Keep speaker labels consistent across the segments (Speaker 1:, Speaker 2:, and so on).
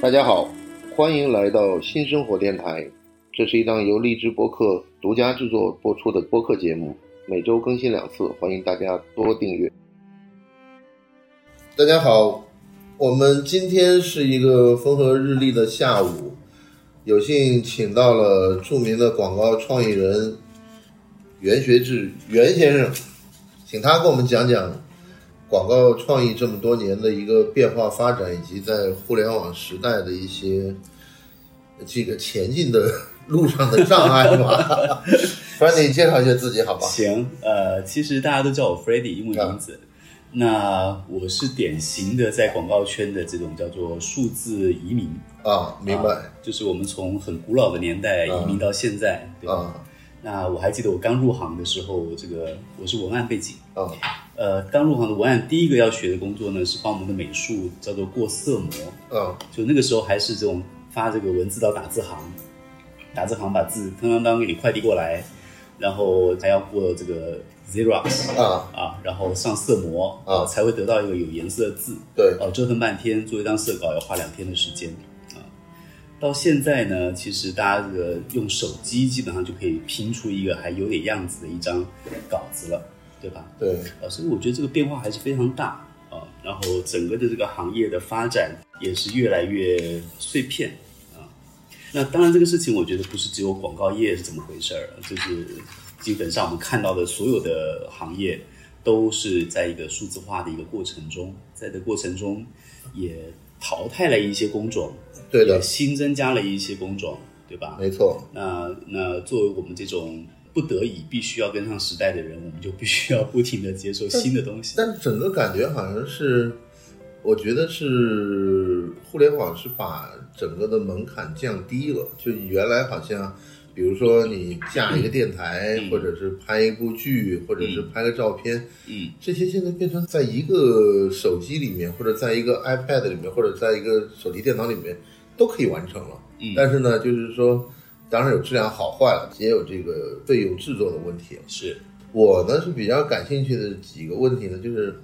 Speaker 1: 大家好，欢迎来到新生活电台，这是一档由荔枝播客独家制作播出的播客节目，每周更新两次，欢迎大家多订阅。大家好，我们今天是一个风和日丽的下午，有幸请到了著名的广告创意人袁学志袁先生，请他给我们讲讲广告创意这么多年的一个变化发展，以及在互联网时代的一些这个前进的路上的障碍吧。 不然你介绍一下自己好吧？啊
Speaker 2: 行，呃，其实大家都叫我 f r e d d y 英文名字。那我是典型的在广告圈的这种叫做数字移民，
Speaker 1: 啊，明白
Speaker 2: 啊就是我们从很古老的年代移民到现在，对吧？
Speaker 1: 啊
Speaker 2: 那我还记得我刚入行的时候，这个我是文案背景，
Speaker 1: 啊
Speaker 2: 呃，刚入行的文案第一个要学的工作呢是帮我们的美术叫做过色膜，
Speaker 1: 啊
Speaker 2: 就那个时候还是这种发这个文字到打字行，打字行把字当当当给你快递过来，然后还要过这个 Xerox
Speaker 1: 啊！
Speaker 2: 啊，然后上色膜
Speaker 1: 啊
Speaker 2: 才会得到一个有颜色的字。
Speaker 1: 对，
Speaker 2: 哦，折腾半天做一张色稿要花两天的时间啊。到现在呢，其实大家这个用手机基本上就可以拼出一个还有点样子的一张稿子了，对吧？
Speaker 1: 对，
Speaker 2: 呃，所以我觉得这个变化还是非常大啊。然后整个的这个行业的发展也是越来越碎片啊。那当然，这个事情我觉得不是只有广告业是怎么回事儿，就是基本上我们看到的所有的行业都是在一个数字化的一个过程中，在这过程中也淘汰了一些工种，
Speaker 1: 对的
Speaker 2: 也，新增加了一些工种，对吧？
Speaker 1: 没错，
Speaker 2: 那那作为我们这种不得已必须要跟上时代的人，我们就必须要不停的接受新的东西。
Speaker 1: 但整个感觉好像是，我觉得是互联网是把整个的门槛降低了。就原来好像，比如说你架一个电台，
Speaker 2: 嗯
Speaker 1: 或者是拍一部剧，或者是拍个照片，
Speaker 2: 嗯，
Speaker 1: 这些现在变成在一个手机里面，或者在一个 iPad 里面，或者在一个手提电脑里面都可以完成了。
Speaker 2: 嗯
Speaker 1: 但是呢，就是说。当然有质量好坏了，也有这个费用制作的问题了。
Speaker 2: 是，
Speaker 1: 我呢是比较感兴趣的几个问题呢，就是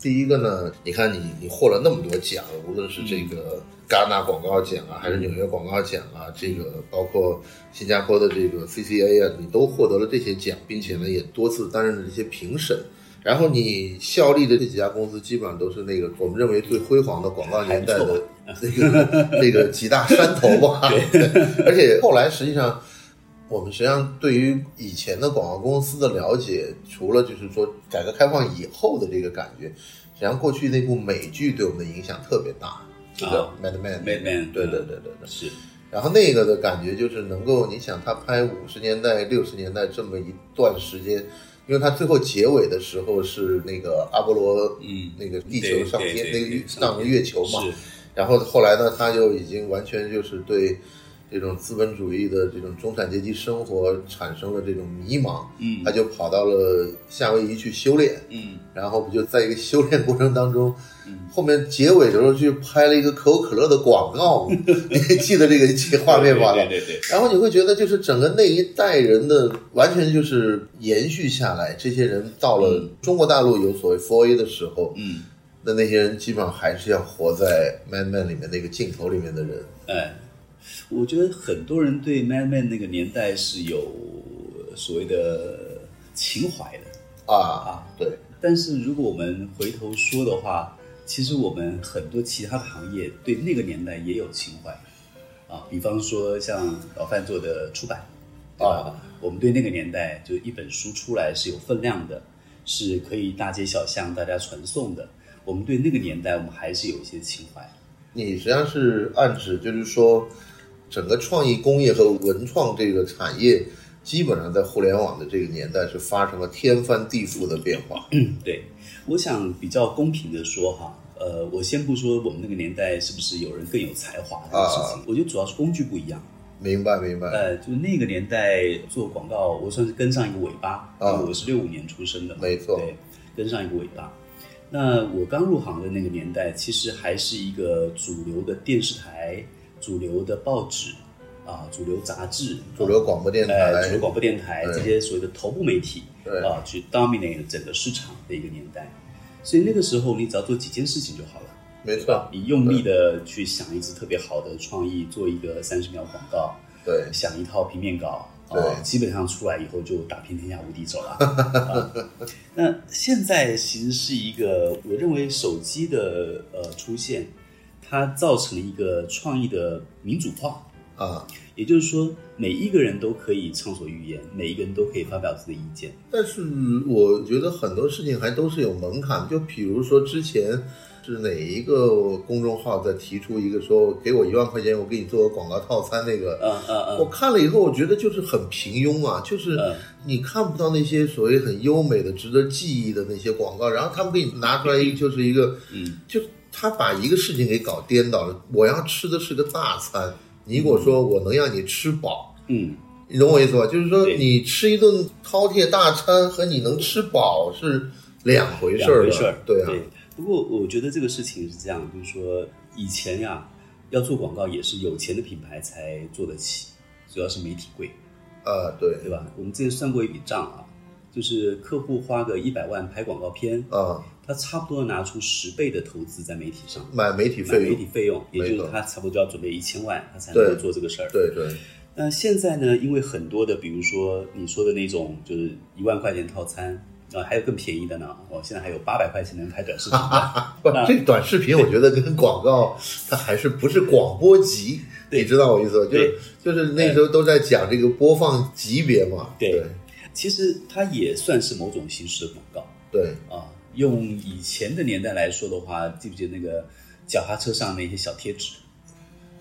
Speaker 1: 第一个呢，你看你你获了那么多奖，无论是这个戛纳广告奖啊，还是纽约广告奖啊，这个包括新加坡的这个 CCA 啊，你都获得了这些奖，并且呢也多次担任了这些评审。然后你效力的这几家公司，基本上都是那个我们认为最辉煌的广告年代
Speaker 2: 还不
Speaker 1: 的这个这个几大山头吧。对，而且后来实际上我们实际上对于以前的广告公司的了解，除了就是说改革开放以后的这个感觉，实际上过去那部美剧对我们的影响特别大，叫《Mad Men》。
Speaker 2: 啊 Mad Men，
Speaker 1: 对
Speaker 2: 嗯
Speaker 1: 对对对对。
Speaker 2: 是，
Speaker 1: 然后那个的感觉就是能够，你想他拍五十年代、六十年代这么一段时间，因为他最后结尾的时候是那个阿波罗，
Speaker 2: 嗯，
Speaker 1: 那个地
Speaker 2: 对
Speaker 1: 球上
Speaker 2: 对
Speaker 1: 天，那
Speaker 2: 对
Speaker 1: 个
Speaker 2: 对
Speaker 1: 月
Speaker 2: 上
Speaker 1: 上
Speaker 2: 天
Speaker 1: 月球嘛，
Speaker 2: 是，
Speaker 1: 然后后来呢，他就已经完全就是对这种资本主义的这种中产阶级生活产生了这种迷茫，
Speaker 2: 嗯
Speaker 1: 他就跑到了夏威夷去修炼，
Speaker 2: 嗯，
Speaker 1: 然后不就在一个修炼过程当中
Speaker 2: 嗯，
Speaker 1: 后面结尾的时候去拍了一个可口可乐的广告 嘛，你还记得这个这个画面吧？
Speaker 2: 对对对对，
Speaker 1: 然后你会觉得，就是整个那一代人的完全就是延续下来，这些人到了
Speaker 2: 嗯
Speaker 1: 中国大陆有所谓 Four A 的时候，
Speaker 2: 嗯，
Speaker 1: 那那些人基本上还是要活在《Mad Men》里面那个镜头里面的人。
Speaker 2: 哎，我觉得很多人对 Mad Men 那个年代是有所谓的情怀的
Speaker 1: 啊，
Speaker 2: 啊，
Speaker 1: 对，
Speaker 2: 但是如果我们回头说的话，其实我们很多其他的行业对那个年代也有情怀啊，比方说像老范做的出版，对吧？我们对那个年代，就一本书出来是有分量的，是可以大街小巷大家传颂的。我们对那个年代，我们还是有一些情怀。
Speaker 1: 你实际上是暗指，就是说，整个创意工业和文创这个产业，基本上在互联网的这个年代是发生了天翻地覆的变化。
Speaker 2: 对，我想比较公平的说哈，呃，我先不说我们那个年代是不是有人更有才华这个事情，我觉得主要是工具不一样。
Speaker 1: 明白，明白。
Speaker 2: 呃，就那个年代做广告，我算是跟上一个尾巴，因
Speaker 1: 啊
Speaker 2: 为我是六五年出生的嘛，
Speaker 1: 没错
Speaker 2: 对，跟上一个尾巴。那我刚入行的那个年代，其实还是一个主流的电视台、主流的报纸啊、主流杂志、
Speaker 1: 主流广播电
Speaker 2: 呃主
Speaker 1: 台
Speaker 2: 流，广播电台
Speaker 1: 对
Speaker 2: 这些所谓的头部媒体
Speaker 1: 对
Speaker 2: 啊，去 dominate 整个市场的一个年代。所以那个时候，你只要做几件事情就好了。
Speaker 1: 没错，
Speaker 2: 你用力的去想一支特别好的创意，做一个三十秒广告，
Speaker 1: 对，
Speaker 2: 想一套平面稿，
Speaker 1: 对
Speaker 2: 啊基本上出来以后就打遍天下无敌手了、 啊那现在其实是一个，我认为手机的呃出现，它造成了一个创意的民主化，
Speaker 1: 啊，
Speaker 2: 也就是说，每一个人都可以畅所欲言，每一个人都可以发表自己的意见。
Speaker 1: 但是我觉得很多事情还都是有门槛，就比如说之前是哪一个公众号在提出一个说给我一万块钱，我给你做个广告套餐那个。
Speaker 2: 嗯嗯
Speaker 1: 我
Speaker 2: 嗯，
Speaker 1: 看了以后，我觉得就是很平庸啊，就是
Speaker 2: 嗯
Speaker 1: 你看不到那些所谓很优美的、值得记忆的那些广告，然后他们给你拿出来一个就是一个，
Speaker 2: 嗯，
Speaker 1: 就他把一个事情给搞颠倒了。我要吃的是个大餐，你给我说我能让你吃饱，
Speaker 2: 嗯，
Speaker 1: 你懂我意思吧？就是说，
Speaker 2: 对
Speaker 1: 你吃一顿饕餮大餐和你能吃饱是两回事
Speaker 2: 两
Speaker 1: 儿
Speaker 2: 回
Speaker 1: 的，
Speaker 2: 事儿。
Speaker 1: 对啊，
Speaker 2: 不过我觉得这个事情是这样，就是说以前呀、要做广告也是有钱的品牌才做得起，主要是媒体贵，
Speaker 1: 啊，对，
Speaker 2: 对吧？我们之前算过一笔账啊，就是客户花个一百万拍广告片，
Speaker 1: 啊，
Speaker 2: 他差不多拿出十倍的投资在媒体上，
Speaker 1: 买媒体
Speaker 2: 买
Speaker 1: 费
Speaker 2: 媒
Speaker 1: 用
Speaker 2: 体，费用，也
Speaker 1: 没
Speaker 2: 就
Speaker 1: 错
Speaker 2: 是他差不多就要准备一千万，他才能够
Speaker 1: 对
Speaker 2: 做这个事儿。
Speaker 1: 对对，
Speaker 2: 那现在呢，因为很多的，比如说你说的那种，就是一万块钱套餐啊、还有更便宜的呢。哦，现在还有八百块钱能拍 短视频的。
Speaker 1: 不，这短视频我觉得跟广告它还是不是广播级，
Speaker 2: 对
Speaker 1: 你知道我意思吧？就
Speaker 2: 对
Speaker 1: 是就是那时候都在讲这个播放级别嘛，
Speaker 2: 对
Speaker 1: 对
Speaker 2: 其实它也算是某种形式的广
Speaker 1: 对
Speaker 2: 告啊。用以前的年代来说的话，记不记得那个脚踏车上那些小贴纸？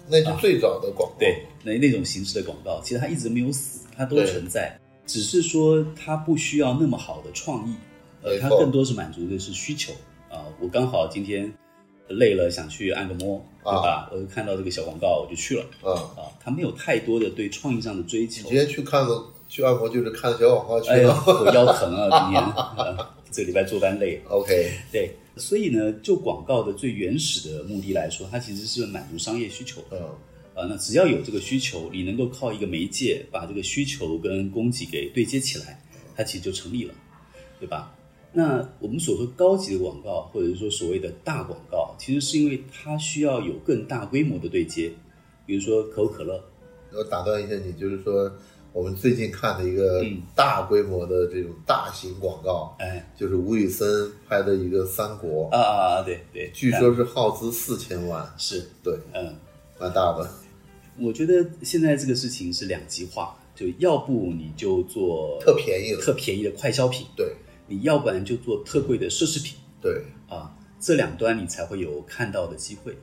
Speaker 1: 那是最早的广告，
Speaker 2: 啊对，那那种形式的广告，其实它一直没有死，它都
Speaker 1: 对
Speaker 2: 存在，只是说它不需要那么好的创意，呃，
Speaker 1: 没
Speaker 2: 它
Speaker 1: 错
Speaker 2: 更多是满足的是需求啊、我刚好今天累了，想去按个摩，对
Speaker 1: 啊
Speaker 2: 吧？我就看到这个小广告，我就去了
Speaker 1: 啊，
Speaker 2: 啊、它没有太多的对创意上的追求
Speaker 1: 你。今天去看了去按摩就是看小广告去
Speaker 2: 哎呀，
Speaker 1: 了
Speaker 2: 我腰疼啊，今天、呃这个礼拜坐班累。
Speaker 1: ，OK，
Speaker 2: 对，所以呢，就广告的最原始的目的来说，它其实是满足商业需求的。
Speaker 1: 嗯，
Speaker 2: 啊，那只要有这个需求，你能够靠一个媒介把这个需求跟供给给对接起来，它其实就成立了，对吧？那我们所说高级的广告，或者是说所谓的大广告，其实是因为它需要有更大规模的对接，比如说可口可乐，
Speaker 1: 我打断一下你，就是说我们最近看的一个
Speaker 2: 嗯
Speaker 1: 大规模的这种大型广告，
Speaker 2: 哎，
Speaker 1: 就是吴宇森拍的一个《三国》
Speaker 2: 啊啊啊，对对，
Speaker 1: 据说是耗资四千万，
Speaker 2: 是，
Speaker 1: 对，
Speaker 2: 嗯，
Speaker 1: 蛮大的。
Speaker 2: 我觉得现在这个事情是两极化，就要不你就做
Speaker 1: 特便宜的
Speaker 2: 特便宜的快消品，
Speaker 1: 对
Speaker 2: 你要不然就做特贵的奢侈品。
Speaker 1: 对，
Speaker 2: 啊，这两端你才会有看到的机会。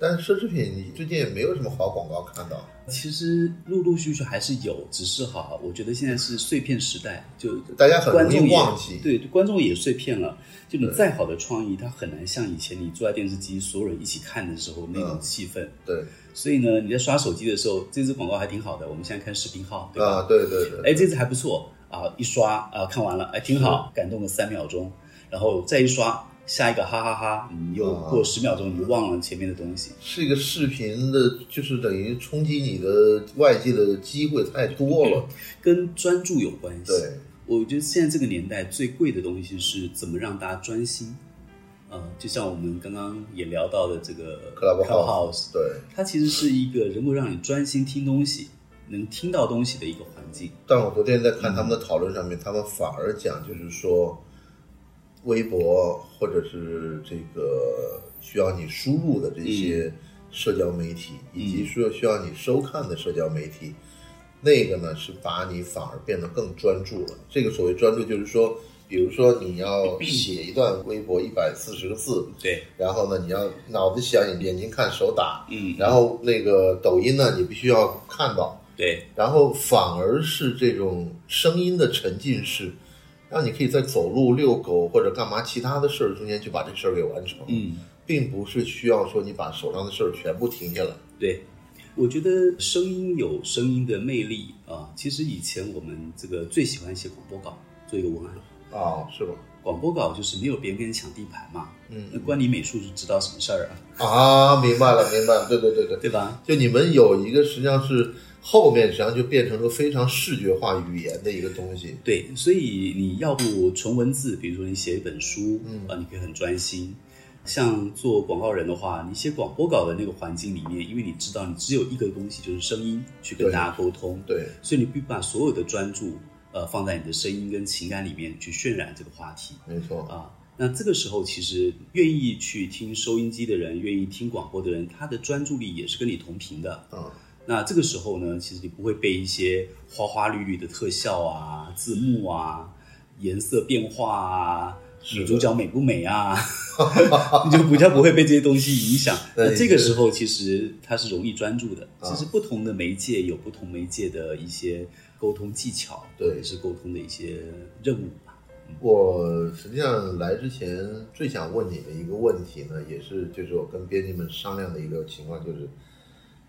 Speaker 1: 但是奢侈品你最近也没有什么好广告看到，
Speaker 2: 其实陆陆续续还是有，只是哈，我觉得现在是碎片时代，就
Speaker 1: 大家很
Speaker 2: 观
Speaker 1: 容
Speaker 2: 众
Speaker 1: 易
Speaker 2: 也
Speaker 1: 忘记。
Speaker 2: 对观众也碎片了。就你再好的创意，它很难像以前你坐在电视机所有人一起看的时候那
Speaker 1: 嗯
Speaker 2: 种气氛。
Speaker 1: 对
Speaker 2: 所以呢，你在刷手机的时候，这支广告还挺好的，我们现在看视频号，对吧？
Speaker 1: 啊，对对对，
Speaker 2: 哎，这支还不错啊，一刷啊看完了，哎挺好，感动了三秒钟，然后再一刷下一个哈哈哈你又
Speaker 1: 啊
Speaker 2: 过十秒钟，你就忘了前面的东西。
Speaker 1: 是一个视频的，就是等于冲击你的外界的机会太多了。
Speaker 2: 跟专注有关系。
Speaker 1: 对，
Speaker 2: 我觉得现在这个年代最贵的东西是怎么让大家专心。呃，就像我们刚刚也聊到的这个
Speaker 1: Clubhouse 对，
Speaker 2: 它其实是一个能够让你专心听东西、能听到东西的一个环境。
Speaker 1: 但我昨天在看他们的讨论上面，他们反而讲就是说，微博或者是这个需要你输入的这些社交媒体，以及说需要你收看的社交媒体，那个呢是把你反而变得更专注了。这个所谓专注，就是说，比如说你要写一段微博一百四十个字，
Speaker 2: 对，
Speaker 1: 然后呢，你要脑子想，眼睛看，手打，
Speaker 2: 嗯，
Speaker 1: 然后那个抖音呢，你必须要看到。
Speaker 2: 对，
Speaker 1: 然后反而是这种声音的沉浸式，让你可以在走路、遛狗或者干嘛其他的事儿中间就把这事儿给完成，
Speaker 2: 嗯，
Speaker 1: 并不是需要说你把手上的事儿全部停下来。
Speaker 2: 对。我觉得声音有声音的魅力啊、其实以前我们这个最喜欢写广播稿，做一个文案。
Speaker 1: 啊、是吧？
Speaker 2: 广播稿就是没有别人跟你抢地盘嘛。
Speaker 1: 嗯
Speaker 2: 那关你美术是知道什么事儿啊？
Speaker 1: 啊，明白了，明白了，对对对对，
Speaker 2: 对吧？
Speaker 1: 就你们有一个实际上是后面实际上就变成了非常视觉化语言的一个东西，
Speaker 2: 对，所以你要不纯文字，比如说你写一本书，嗯啊，你可以很专心；像做广告人的话，你写广播稿的那个环境里面，因为你知道你只有一个东西，就是声音去跟
Speaker 1: 对
Speaker 2: 大家沟通，
Speaker 1: 对
Speaker 2: 所以你必须把所有的专注呃放在你的声音跟情感里面去渲染这个话题
Speaker 1: 没错，
Speaker 2: 啊。那这个时候，其实愿意去听收音机的人，愿意听广播的人，他的专注力也是跟你同频的。
Speaker 1: 嗯，
Speaker 2: 那这个时候呢，其实你不会被一些花花绿绿的特效啊、字幕啊、颜色变化啊、
Speaker 1: 是的
Speaker 2: 女主角美不美啊， 你就比较不会被这些东西影响。
Speaker 1: 对
Speaker 2: 那这个时候其实它是容易专注的。
Speaker 1: 啊
Speaker 2: 其实不同的媒介有不同媒介的一些沟通技巧，
Speaker 1: 对
Speaker 2: 或者是沟通的一些任务吧。
Speaker 1: 我实际上来之前最想问你的一个问题呢，也是就是我跟编辑们商量的一个情况，就是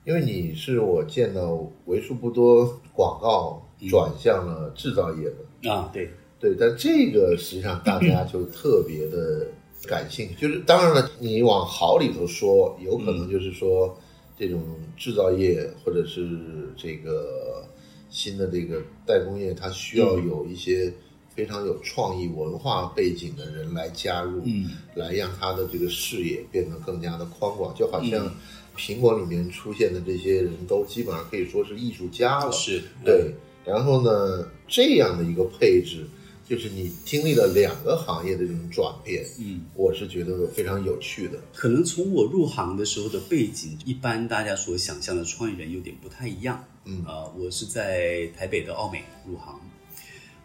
Speaker 1: 因为你是我见到为数不多广告转向了制造业的，
Speaker 2: 啊，对，
Speaker 1: 对，但这个实际上大家就特别的感兴趣，就是当然了，你往好里头说，有可能就是说、这种制造业或者是这个新的这个代工业，它需要有一些非常有创意文化背景的人来加入，
Speaker 2: 嗯，
Speaker 1: 来让他的这个视野变得更加的宽广，就好像苹果里面出现的这些人都基本上可以说是艺术家了，
Speaker 2: 是，
Speaker 1: 对，然后呢，这样的一个配置，就是你经历了两个行业的这种转变，
Speaker 2: 嗯。
Speaker 1: 我是觉得非常有趣的。
Speaker 2: 可能从我入行的时候的背景，一般大家所想象的创意人有点不太一样。
Speaker 1: 嗯
Speaker 2: 啊、我是在台北的奥美入行，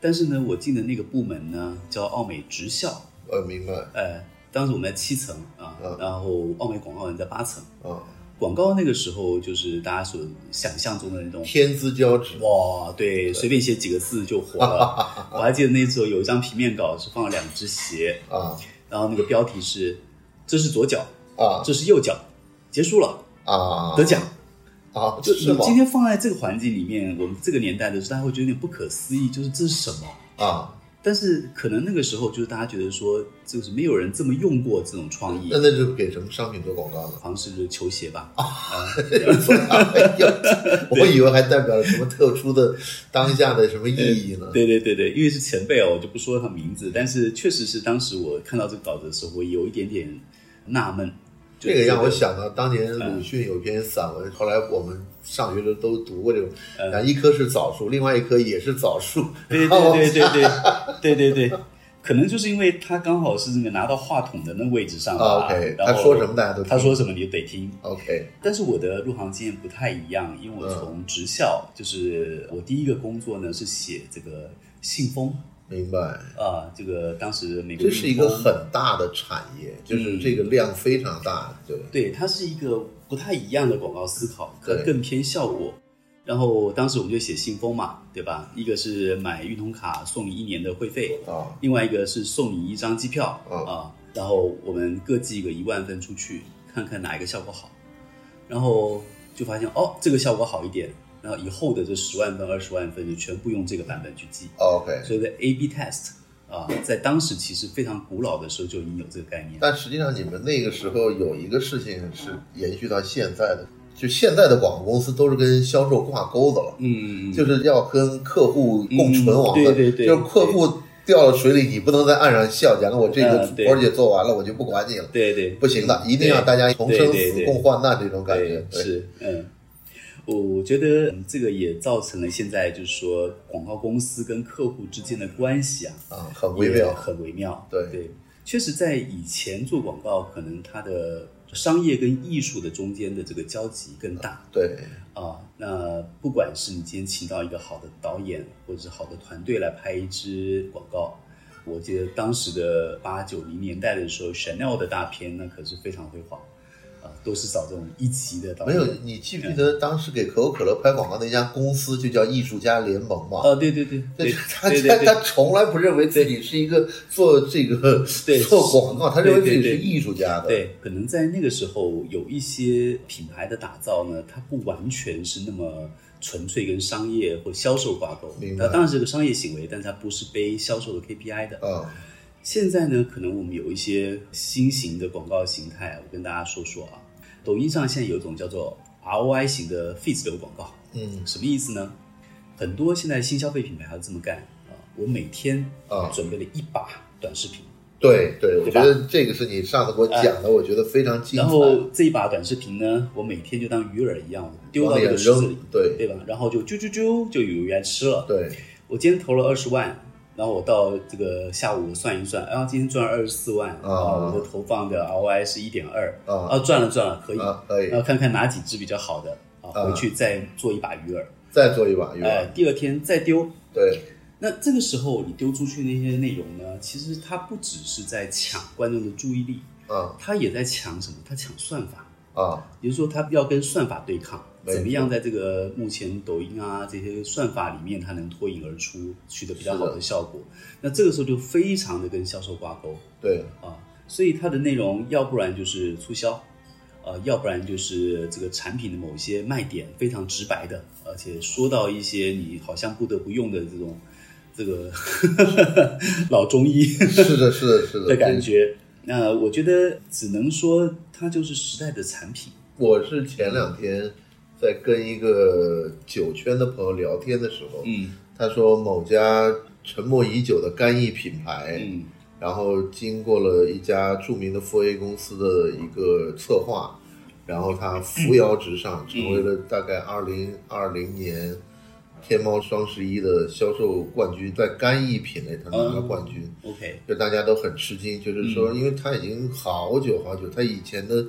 Speaker 2: 但是呢，我进的那个部门呢叫奥美职校，
Speaker 1: 呃，明白啊、
Speaker 2: 呃，当时我们在七层啊、
Speaker 1: 嗯
Speaker 2: 然后奥美广告人在八层。
Speaker 1: 啊
Speaker 2: 广告那个时候就是大家所想象中的那种
Speaker 1: 天之骄子，
Speaker 2: 哇，对，随便写几个字就 火了。我还记得那时候有一张平面稿是放了两只鞋，
Speaker 1: 啊
Speaker 2: 然后那个标题是“这是左脚，
Speaker 1: 啊
Speaker 2: 这是右脚”，结束了。
Speaker 1: 啊！
Speaker 2: 得奖。
Speaker 1: 啊，
Speaker 2: 就是你
Speaker 1: 吗？
Speaker 2: 今天放在这个环境里面，我们这个年代的时候，大家会觉得有点不可思议，就是这是什么？
Speaker 1: 啊，
Speaker 2: 但是可能那个时候就是大家觉得说，就是没有人这么用过这种创意
Speaker 1: 那，那就给什么商品做广告呢？
Speaker 2: 好像是球鞋吧？
Speaker 1: 哎 呦我以为还代表了什么特殊的当下的什么意义呢？
Speaker 2: 对对对对，因为是前辈哦，我就不说他名字，但是确实是当时我看到这个稿子的时候，我有一点点纳闷。就
Speaker 1: 这个让我
Speaker 2: 觉得
Speaker 1: 想到当年
Speaker 2: 嗯
Speaker 1: 鲁迅有篇散文，后来我们上学的时候都读过这种，
Speaker 2: 嗯
Speaker 1: 然后一棵是枣树，另外一棵也是枣树，
Speaker 2: 对对对对对对对对，可能就是因为他刚好是那个拿到话筒的那个位置上吧。
Speaker 1: 啊，OK，
Speaker 2: 然后
Speaker 1: 他说什么大家都听
Speaker 2: 他说什么你就得听。
Speaker 1: OK，
Speaker 2: 但是我的入行经验不太一样，因为
Speaker 1: 嗯
Speaker 2: 我从职校，就是我第一个工作呢是写这个信封
Speaker 1: 明白。
Speaker 2: 啊、这个当时美国
Speaker 1: 这是一个
Speaker 2: 运通
Speaker 1: 很大的产业，
Speaker 2: 嗯
Speaker 1: 就是这个量非常大，对，
Speaker 2: 对，它是一个不太一样的广告思考，可
Speaker 1: 对
Speaker 2: 更偏效果。然后当时我们就写信封嘛，对吧？一个是买运通卡送你一年的会费，
Speaker 1: 啊
Speaker 2: 另外一个是送你一张机票啊、
Speaker 1: 嗯
Speaker 2: 然后我们各寄个一万份出去，看看哪一个效果好，然后就发现哦，这个效果好一点，然后以后的这十万份、二十万份就全部用这个版本去寄，
Speaker 1: 啊，OK。
Speaker 2: 所以的 A/B test 啊、在当时其实非常古老的时候就已经有这个概念。
Speaker 1: 但实际上，你们那个时候有一个事情是延续到现在的，就现在的广告公司都是跟销售挂钩的了，
Speaker 2: 嗯，
Speaker 1: 就是要跟客户共存亡的，
Speaker 2: 嗯对对对
Speaker 1: 就是客户掉了水里，你不能在岸上笑，讲我这个
Speaker 2: 嗯对
Speaker 1: 活儿也做完了，我就不管你了，
Speaker 2: 对对，
Speaker 1: 不行的，一定要大家同生
Speaker 2: 对对
Speaker 1: 死
Speaker 2: 对
Speaker 1: 共患难这种感觉对，
Speaker 2: 对，，是嗯。我我觉得嗯这个也造成了现在就是说广告公司跟客户之间的关系啊，
Speaker 1: 啊，很微妙
Speaker 2: 也，很微妙。
Speaker 1: 对
Speaker 2: 确实在以前做广告，可能它的商业跟艺术的中间的这个交集更大
Speaker 1: 对，
Speaker 2: 啊。那不管是你今天请到一个好的导演，或者是好的团队来拍一支广告。我记得当时的八九零年代的时候，Chanel 的大片那可是非常辉煌，啊、都是找这种一级的导
Speaker 1: 没
Speaker 2: 演。
Speaker 1: 有，你记不记得当时给可口可乐拍广告那家公司就叫艺术家联盟嘛？
Speaker 2: 啊，对对对，
Speaker 1: 那
Speaker 2: 对
Speaker 1: 就他
Speaker 2: 对
Speaker 1: 他
Speaker 2: 对对
Speaker 1: 他从来不认为自己是一个做这个
Speaker 2: 对
Speaker 1: 做广告，他认为自己是艺术家的。
Speaker 2: 对，可能在那个时候有一些品牌的打造呢，它不完全是那么纯粹跟商业或销售挂钩
Speaker 1: 明，白
Speaker 2: 它当然是个商业行为，但是它不是背销售的 KPI 的。
Speaker 1: 啊，
Speaker 2: 现在呢，可能我们有一些新型的广告形态，我跟大家说说啊，抖音上现在有一种叫做 ROI 型的 feed 流广告，
Speaker 1: 嗯
Speaker 2: 什么意思呢？很多现在新消费品牌还是这么干啊，我每天
Speaker 1: 啊
Speaker 2: 准备了一把短视频，
Speaker 1: 对对，我
Speaker 2: 对吧啊
Speaker 1: 觉得这个是你上次给我讲的，我觉得非常精
Speaker 2: 然
Speaker 1: 彩。
Speaker 2: 后这一把短视频呢，我每天就当鱼饵一样丢到
Speaker 1: 往
Speaker 2: 这
Speaker 1: 脸
Speaker 2: 个池子里
Speaker 1: 扔，，对
Speaker 2: 对吧？然后就啾啾啾就有人来吃了。
Speaker 1: 对
Speaker 2: 我今天投了二十万，然后我到这个下午算一算，啊，今天赚了二十四万
Speaker 1: 啊
Speaker 2: 我的投放的 ROI 是一点二，
Speaker 1: 啊
Speaker 2: 啊，赚了赚了，可以，
Speaker 1: 啊，可以
Speaker 2: 然后看看哪几只比较好的啊，
Speaker 1: 啊
Speaker 2: 回去再做一把鱼饵，
Speaker 1: 再做一把鱼
Speaker 2: 哎
Speaker 1: 吧。，
Speaker 2: 第二天再丢。
Speaker 1: 对
Speaker 2: 那这个时候你丢出去那些内容呢，其实它不只是在抢观众的注意力，
Speaker 1: 啊
Speaker 2: 它也在抢什么？它抢算法。
Speaker 1: 啊
Speaker 2: 也就是说，它要跟算法对抗，
Speaker 1: 没错
Speaker 2: 怎么样在这个目前抖音啊这些算法里面，它能脱颖而出，取得比较好
Speaker 1: 是
Speaker 2: 的效果。那这个时候就非常的跟销售挂钩
Speaker 1: 对
Speaker 2: 啊，所以它的内容要不然就是促销，呃，要不然就是这个产品的某些卖点非常直白的，而且说到一些你好像不得不用的这种这个 老中医。
Speaker 1: 是的是的是 的
Speaker 2: 的感。觉。那我觉得只能说它就是时代的产品。
Speaker 1: 我是前两天在跟一个酒圈的朋友聊天的时候，
Speaker 2: 嗯
Speaker 1: 他说某家沉默已久的干邑品牌，
Speaker 2: 嗯
Speaker 1: 然后经过了一家著名的 4A 公司的一个策划，然后它扶摇直
Speaker 2: 嗯
Speaker 1: 上，成为了大概二零二零年天猫双十一的销售冠军，在干邑品类它拿了冠军。
Speaker 2: ，OK，
Speaker 1: 就大家都很吃惊，就是说，
Speaker 2: 嗯
Speaker 1: 因为它已经好久好久，它以前的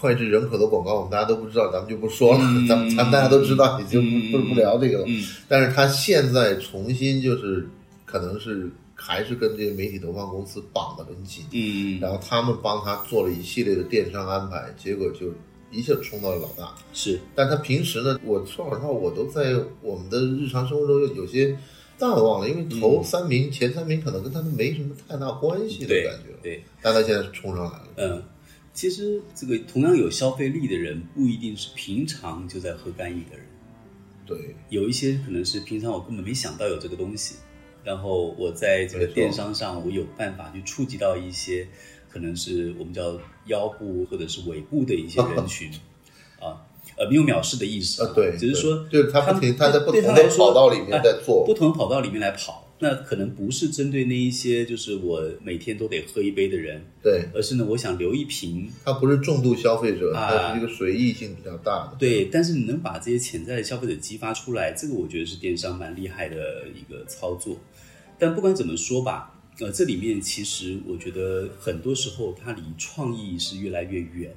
Speaker 1: 脍炙人口的广告，我们大家都不知道，咱们就不说了， 咱们咱们大家都知道，也就不
Speaker 2: 嗯
Speaker 1: 不不聊这个了。
Speaker 2: 嗯
Speaker 1: 但是它现在重新就是，可能是还是跟这些媒体投放公司绑得很紧，
Speaker 2: 嗯，
Speaker 1: 然后他们帮他做了一系列的电商安排，结果就一下冲到了老大。
Speaker 2: 是
Speaker 1: 但他平时呢，我说老实话，我都在我们的日常生活中有有些淡忘了，因为头三名、前三名可能跟他们没什么太大关系的
Speaker 2: 对
Speaker 1: 感觉。
Speaker 2: 对，
Speaker 1: 但他现在冲上来了，
Speaker 2: 嗯。其实这个同样有消费力的人，不一定是平常就在喝干饮的人，
Speaker 1: 对
Speaker 2: 有一些可能是平常我根本没想到有这个东西，然后我在这个
Speaker 1: 没错
Speaker 2: 电商上，我有办法去触及到一些可能是我们叫腰部或者是尾部的一些人群， 啊，呃，没有藐视的意思
Speaker 1: 啊，对，
Speaker 2: 只是说
Speaker 1: 对就是他
Speaker 2: 他
Speaker 1: 不停，
Speaker 2: 他
Speaker 1: 在不
Speaker 2: 对
Speaker 1: 同
Speaker 2: 他
Speaker 1: 的
Speaker 2: 来说
Speaker 1: 跑道里面
Speaker 2: 哎
Speaker 1: 在做
Speaker 2: 不，同的跑道里面来跑，那可能不是针对那一些就是我每天都得喝一杯的人，
Speaker 1: 对
Speaker 2: 而是呢，我想留一瓶。
Speaker 1: 他不是重度消费者，
Speaker 2: 啊
Speaker 1: 他是一个随意性比较大的。
Speaker 2: 对，但是你能把这些潜在的消费者激发出来，这个我觉得是电商蛮厉害的一个操作。但不管怎么说吧，呃，这里面其实我觉得很多时候它离创意是越来越远，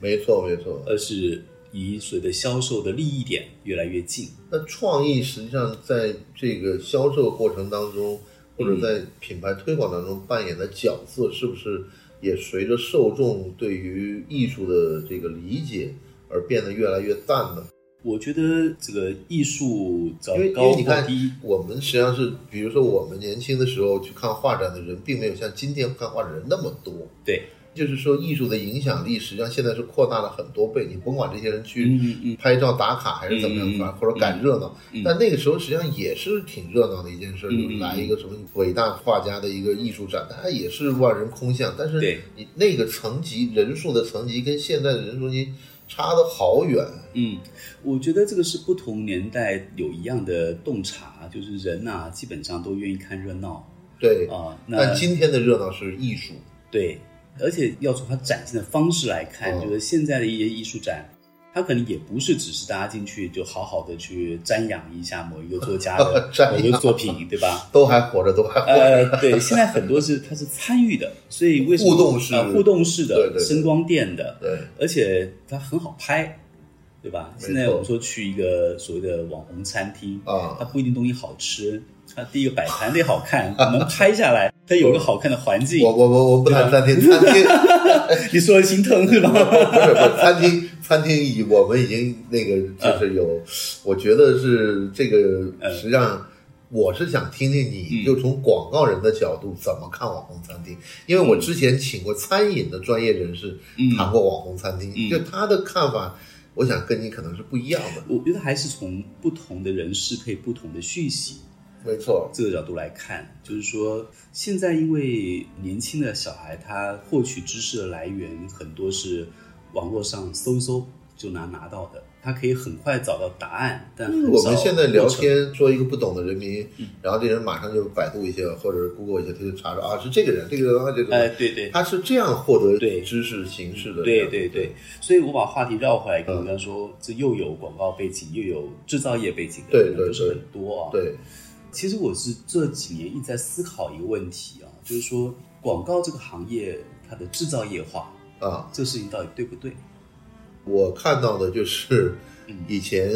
Speaker 1: 没错没错。
Speaker 2: 而是离所谓的销售的利益点越来越近。
Speaker 1: 那创意实际上在这个销售过程当中，或者在品牌推广当中扮演的角色，是不是也随着受众对于艺术的这个理解而变得越来越淡呢？
Speaker 2: 我觉得这个艺术找
Speaker 1: 因为因
Speaker 2: 高
Speaker 1: 为你
Speaker 2: 或
Speaker 1: 看
Speaker 2: 低，，
Speaker 1: 我们实际上是，比如说我们年轻的时候去看画展的人，并没有像今天看画展人那么多。
Speaker 2: 对，
Speaker 1: 就是说，艺术的影响力实际上现在是扩大了很多倍。你甭管这些人去
Speaker 2: 嗯嗯
Speaker 1: 拍照打卡还是怎么样，
Speaker 2: 嗯嗯
Speaker 1: 反或者赶热闹
Speaker 2: 嗯，
Speaker 1: 但那个时候实际上也是挺热闹的一件事，
Speaker 2: 嗯
Speaker 1: 就是来一个什么伟大画家的一个艺术展，它也是万人空巷。但
Speaker 2: 对
Speaker 1: 是你那个层级人数的层级跟现在的人数级差得好远。
Speaker 2: 嗯，我觉得这个是不同年代有一样的洞察，就是人呐、基本上都愿意看热闹
Speaker 1: 对，
Speaker 2: 啊、那
Speaker 1: 但今天的热闹是艺术，
Speaker 2: 对，而且要从它展现的方式来看，
Speaker 1: 嗯
Speaker 2: 就是现在的一些艺术展，它可能也不是只是大家进去就好好的去瞻仰一下某一个作家 的
Speaker 1: 瞻
Speaker 2: 某
Speaker 1: 仰
Speaker 2: 一个作品，对 吧？
Speaker 1: 都还活着，都还活着。
Speaker 2: 呃，对，现在很多是它是参与的，所以为什么
Speaker 1: 互动式
Speaker 2: 呃互动式的、
Speaker 1: 对对对
Speaker 2: 声光电的，
Speaker 1: 对，
Speaker 2: 而且它很好拍，对吧？
Speaker 1: 没错
Speaker 2: 现在我们说去一个所谓的网红餐厅，它
Speaker 1: 啊，
Speaker 2: 不一定东西好吃，它第一个摆盘得好看，能拍下来，它有一个好看的环境
Speaker 1: 我，我我我不
Speaker 2: 啊
Speaker 1: 谈餐厅，餐厅
Speaker 2: 你说的心疼是吧？
Speaker 1: 不是不是餐厅，餐厅已我们已经那个就是有，我觉得是这个
Speaker 2: 嗯
Speaker 1: 实际上。我是想听听你
Speaker 2: 嗯
Speaker 1: 就从广告人的角度怎么看网红餐厅，因为我之前请过餐饮的专业人士
Speaker 2: 嗯
Speaker 1: 谈过网红餐厅，
Speaker 2: 嗯
Speaker 1: 就他的看法，我想跟你可能是不一样的。
Speaker 2: 我觉得还是从不同的人适配不同的讯息
Speaker 1: 没错，
Speaker 2: 这个角度来看，就是说，现在因为年轻的小孩他获取知识的来源很多是网络上搜一搜就能拿到的，他可以很快找到答案，但很
Speaker 1: 嗯我们
Speaker 2: 少
Speaker 1: 现在聊
Speaker 2: 过程
Speaker 1: 天说一个不懂的人名，然后这人马上就百度一下或者 Google 一下，他就查着啊是这个人，这个人啊这个
Speaker 2: 哎，
Speaker 1: 人，
Speaker 2: 对对
Speaker 1: 他是这样获得
Speaker 2: 对
Speaker 1: 知识形式的。
Speaker 2: 对对对，，所以我把话题绕回来，跟
Speaker 1: 嗯
Speaker 2: 你刚刚说，这又有广告背景，又有制造业背景的，
Speaker 1: 对
Speaker 2: 可能
Speaker 1: 对
Speaker 2: 就是很多啊。，
Speaker 1: 对，
Speaker 2: 其实我是这几年一直在思考一个问题啊，就是说广告这个行业它的制造业化
Speaker 1: 啊，
Speaker 2: 这个事情到底对不对？
Speaker 1: 我看到的就是
Speaker 2: 嗯
Speaker 1: 以前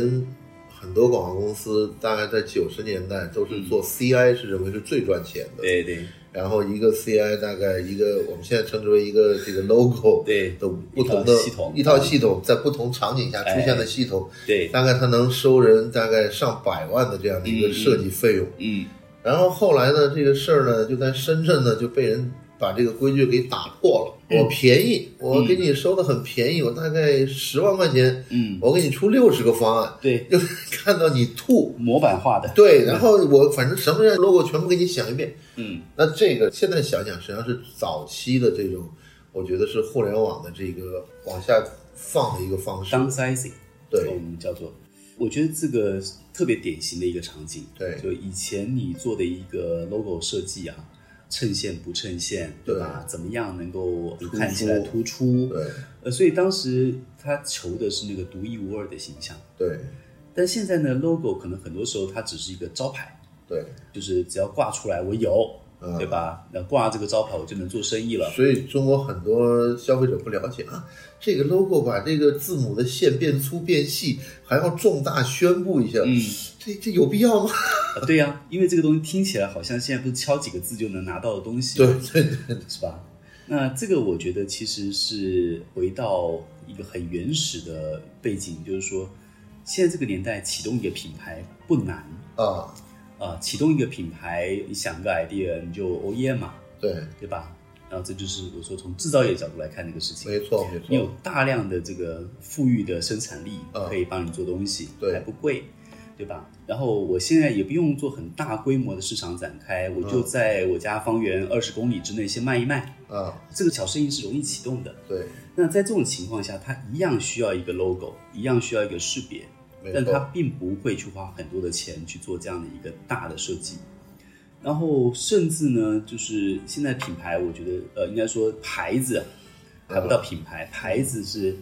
Speaker 1: 很多广告公司大概在九十年代都是做 CI 是认为是最赚钱的，
Speaker 2: 嗯对对
Speaker 1: 然后一个 CI 大概一个我们现在称之为一个这个 logo
Speaker 2: 对
Speaker 1: 的不同的
Speaker 2: 一套系统哎
Speaker 1: 一套系统在不同场景下出现的系统，
Speaker 2: 对，
Speaker 1: 大概它能收人大概上百万的这样的一个设计费用。
Speaker 2: 嗯，
Speaker 1: 然后后来呢，这个事儿呢就在深圳呢就被人把这个规矩给打破了。我便宜，我给你收的很便宜，我大概十万块钱，
Speaker 2: 嗯，
Speaker 1: 我给你出六十个方案，
Speaker 2: 对，
Speaker 1: 就是看到你吐。
Speaker 2: 模板化的，
Speaker 1: 对，然后我反正什么样的 logo 全部给你想一遍，
Speaker 2: 嗯，
Speaker 1: 那这个现在想想，实际上是早期的这种，我觉得是互联网的这个往下放的一个方式。
Speaker 2: downsizing，
Speaker 1: 对
Speaker 2: 我们叫做，我觉得这个特别典型的一个场景，
Speaker 1: 对
Speaker 2: 就以前你做的一个 logo 设计啊，衬线不衬线，
Speaker 1: 对
Speaker 2: 吧？怎么样能够
Speaker 1: 出
Speaker 2: 看起来突出？
Speaker 1: 对
Speaker 2: 呃，所以当时他求的是那个独一无二的形象，
Speaker 1: 对
Speaker 2: 但现在呢，logo 可能很多时候它只是一个招牌，
Speaker 1: 对，
Speaker 2: 就是只要挂出来我有，
Speaker 1: 嗯
Speaker 2: 对吧？那挂这个招牌我就能做生意了。
Speaker 1: 所以中国很多消费者不了解啊，这个 logo 把这个字母的线变粗变细，还要重大宣布一下，
Speaker 2: 嗯，
Speaker 1: 这这有必要吗？
Speaker 2: 啊，对呀、因为这个东西听起来好像现在不是敲几个字就能拿到的东西，
Speaker 1: 对对对，
Speaker 2: 是吧？那这个我觉得其实是回到一个很原始的背景，就是说，现在这个年代启动一个品牌不难
Speaker 1: 啊，
Speaker 2: 啊、启动一个品牌，你想个 idea 你就 OEM 嘛，
Speaker 1: 对，
Speaker 2: 对吧？然后这就是我说从制造业角度来看这个事情，
Speaker 1: 没错没
Speaker 2: 你有
Speaker 1: 错，
Speaker 2: 大量的这个富裕的生产力
Speaker 1: 嗯，
Speaker 2: 可以帮你做东西，
Speaker 1: 对
Speaker 2: 还不贵，对吧？然后我现在也不用做很大规模的市场展开，我就
Speaker 1: 嗯
Speaker 2: 在我家方圆二十公里之内先卖一卖，
Speaker 1: 啊，
Speaker 2: 这个小生意是容易启动的。
Speaker 1: 对，
Speaker 2: 那在这种情况下，它一样需要一个 logo，一样需要一个识别，
Speaker 1: 没
Speaker 2: 但它
Speaker 1: 错，
Speaker 2: 并不会去花很多的钱去做这样的一个大的设计。然后甚至呢，就是现在品牌，我觉得呃，应该说牌子啊还不到品牌，
Speaker 1: 嗯
Speaker 2: 牌子是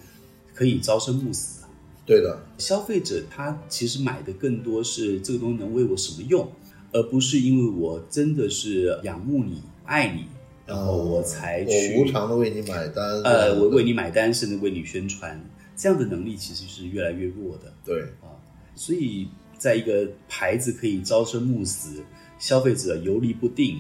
Speaker 2: 可以朝生暮死啊。
Speaker 1: 对的，
Speaker 2: 消费者他其实买的更多是这个东西能为我什么用，而不是因为我真的是仰慕你、爱你，然后我才去、
Speaker 1: 哦我无偿的为你买单，
Speaker 2: 呃，我为你买单，甚至为你宣传，这样的能力其实是越来越弱的。
Speaker 1: 对
Speaker 2: 所以，在一个牌子可以朝生暮死，消费者游离不定，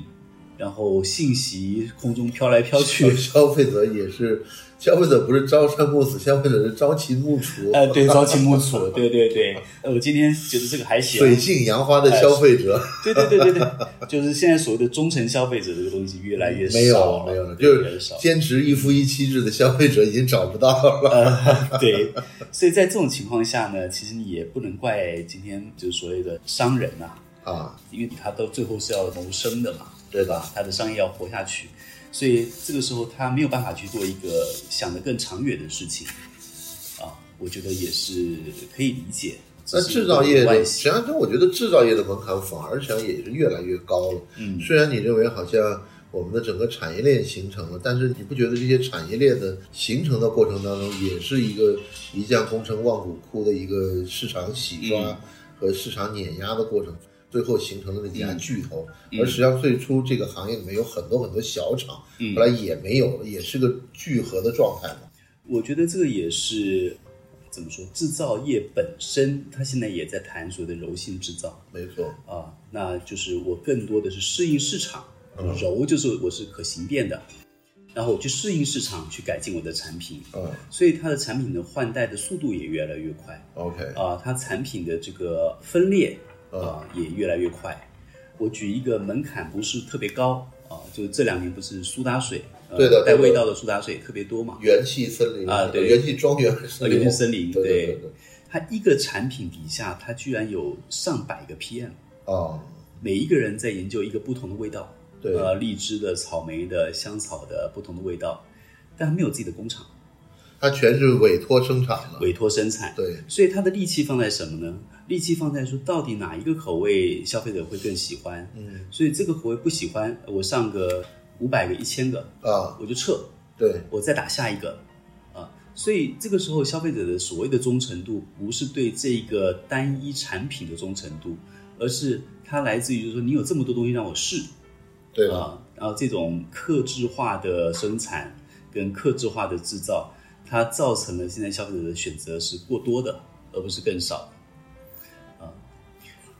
Speaker 2: 然后信息空中飘来飘去
Speaker 1: 消，消费者也是，消费者不是朝三暮死，消费者是朝秦暮楚，
Speaker 2: 呃，对，朝秦暮楚，对对对。呃，我今天觉得这个还行，
Speaker 1: 水性杨花的消费者。
Speaker 2: 对对对对对， 就是现在所谓的忠诚消费者这个东西越来越
Speaker 1: 没有
Speaker 2: 少了，
Speaker 1: 没有了，
Speaker 2: 对
Speaker 1: 就
Speaker 2: 越来越
Speaker 1: 是
Speaker 2: 少了。
Speaker 1: 坚持一夫一妻制的消费者已经找不到了。
Speaker 2: 呃，对，所以在这种情况下呢，其实你也不能怪今天就是所谓的商人呐、
Speaker 1: 啊，
Speaker 2: 因为他到最后是要谋生的嘛，
Speaker 1: 对
Speaker 2: 对吧？他的商业要活下去，所以这个时候他没有办法去做一个想得更长远的事情啊，我觉得也是可以理解。
Speaker 1: 那
Speaker 2: 只是
Speaker 1: 制造业
Speaker 2: 外
Speaker 1: 的，
Speaker 2: 形
Speaker 1: 实际上我觉得制造业的门槛反而实际上也是越来越高了。
Speaker 2: 嗯，
Speaker 1: 虽然你认为好像我们的整个产业链形成了，但是你不觉得这些产业链的形成的过程当中，也是一个一将功成万骨枯的一个市场洗
Speaker 2: 嗯
Speaker 1: 刷和市场碾压的过程，最后形成了那几家巨头。
Speaker 2: 嗯
Speaker 1: 而实际上最初这个行业里面有很多很多小厂，
Speaker 2: 嗯
Speaker 1: 后来也没有了，也是个聚合的状态嘛。
Speaker 2: 我觉得这个也是怎么说，制造业本身它现在也在谈所谓的柔性制造
Speaker 1: 没错，
Speaker 2: 啊，那就是我更多的是适应市场，
Speaker 1: 嗯
Speaker 2: 柔就是我是可行变的，然后我去适应市场，去改进我的产品，
Speaker 1: 嗯
Speaker 2: 所以它的产品的换代的速度也越来越快
Speaker 1: ，OK，
Speaker 2: 啊、它产品的这个分裂
Speaker 1: 嗯
Speaker 2: 啊、也越来越快。我举一个门槛不是特别高啊、就这两年不是苏打水，呃
Speaker 1: 对的对
Speaker 2: 带
Speaker 1: 的
Speaker 2: 味道的苏打水特别多嘛，
Speaker 1: 元气森林
Speaker 2: 啊对
Speaker 1: 元气庄园森
Speaker 2: 呃，
Speaker 1: 林，
Speaker 2: 原生森林，
Speaker 1: 对对对对，
Speaker 2: 它一个产品底下，它居然有上百个 PM，
Speaker 1: 哦，
Speaker 2: 每一个人在研究一个不同的味道，
Speaker 1: 对
Speaker 2: 啊呃，荔枝的、草莓的、香草的不同的味道，但它没有自己的工厂，
Speaker 1: 它全是委托生产的。
Speaker 2: 委托生产。
Speaker 1: 嗯对，
Speaker 2: 所以它的力气放在什么呢？力气放在说到底哪一个口味消费者会更喜欢？
Speaker 1: 嗯
Speaker 2: 所以这个口味不喜欢，我上个五百个、一千个，
Speaker 1: 啊，
Speaker 2: 我就撤，
Speaker 1: 对，
Speaker 2: 我再打下一个，啊，所以这个时候消费者的所谓的忠诚度，不是对这个单一产品的忠诚度，而是它来自于就是说你有这么多东西让我试
Speaker 1: 对吧？
Speaker 2: 啊，然后这种克制化的生产跟克制化的制造，它造成了现在消费者的选择是过多的，而不是更少的，啊，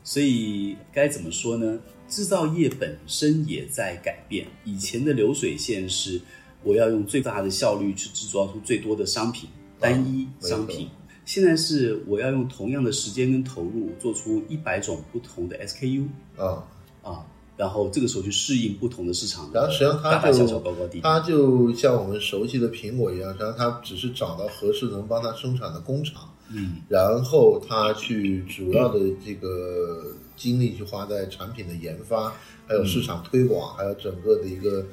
Speaker 2: 所以该怎么说呢？制造业本身也在改变，以前的流水线是我要用最大的效率去制造出最多的商品，单一商
Speaker 1: 啊没
Speaker 2: 品
Speaker 1: 错。
Speaker 2: 现在是我要用同样的时间跟投入，做出一百种不同的 SKU，
Speaker 1: 啊，
Speaker 2: 啊，然后这个时候去适应不同的市场的
Speaker 1: 然后实际上它
Speaker 2: 大大小
Speaker 1: 就
Speaker 2: 小、高高低低。
Speaker 1: 它就像我们熟悉的苹果一样，然后它只是找到合适能帮它生产的工厂，
Speaker 2: 嗯，
Speaker 1: 然后它去主要的这个精力去花在产品的研发，还有市场推广，还有整个的一个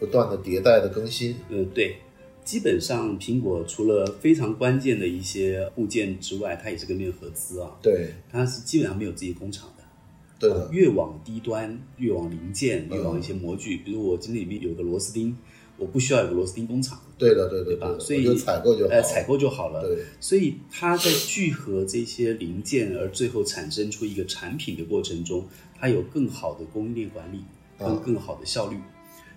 Speaker 1: 不断的迭代的更新。
Speaker 2: 呃，对，基本上苹果除了非常关键的一些部件之外，它也是跟别人合资啊，
Speaker 1: 对，
Speaker 2: 它是基本上没有自己工厂的。
Speaker 1: 对的，
Speaker 2: 越往低端，越往零件，
Speaker 1: 嗯
Speaker 2: 越往一些模具，比如我今天里面有个螺丝钉，我不需要有个螺丝钉工厂，
Speaker 1: 对的，对的，
Speaker 2: 对
Speaker 1: 的
Speaker 2: 吧？所以
Speaker 1: 我就采购就好了。
Speaker 2: 呃，采购就好了。
Speaker 1: 对，
Speaker 2: 所以它在聚合这些零件，而最后产生出一个产品的过程中，它有更好的供应链管理，跟
Speaker 1: 嗯
Speaker 2: 更好的效率。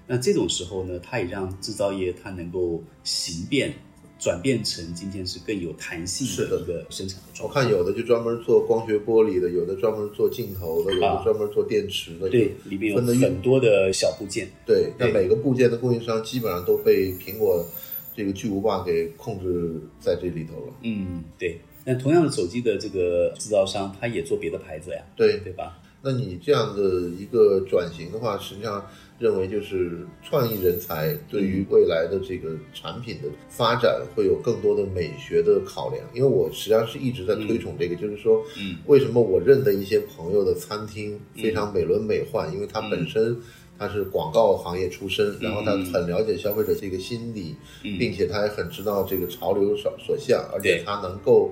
Speaker 2: 那这种时候呢，它也让制造业它能够形变，转变成今天是更有弹性
Speaker 1: 是
Speaker 2: 的
Speaker 1: 的
Speaker 2: 一个生产的
Speaker 1: 我
Speaker 2: 状态。
Speaker 1: 看有的就专门做光学玻璃的，有的专门做镜头的，有的专门做电池的。
Speaker 2: 啊对，里面有
Speaker 1: 分得越
Speaker 2: 很多的小部件。
Speaker 1: 对，那
Speaker 2: 对
Speaker 1: 每个部件的供应商基本上都被苹果这个巨无霸给控制在这里头了。
Speaker 2: 嗯，对。那同样的手机的这个制造商，它也做别的牌子呀，
Speaker 1: 对，
Speaker 2: 对吧？
Speaker 1: 那你这样的一个转型的话，实际上认为就是创意人才对
Speaker 2: 嗯
Speaker 1: 于未来的这个产品的发展会有更多的美学的考量。因为我实际上是一直在推崇这个，就是说，
Speaker 2: 嗯，
Speaker 1: 为什么我认得一些朋友的餐厅非常美轮美奂，因为它
Speaker 2: 嗯
Speaker 1: 本身。它是广告行业出身，然后他很了解消费者这个心理，
Speaker 2: 嗯
Speaker 1: 并且他也很知道这个潮流所所向，而且
Speaker 2: 对
Speaker 1: 他能够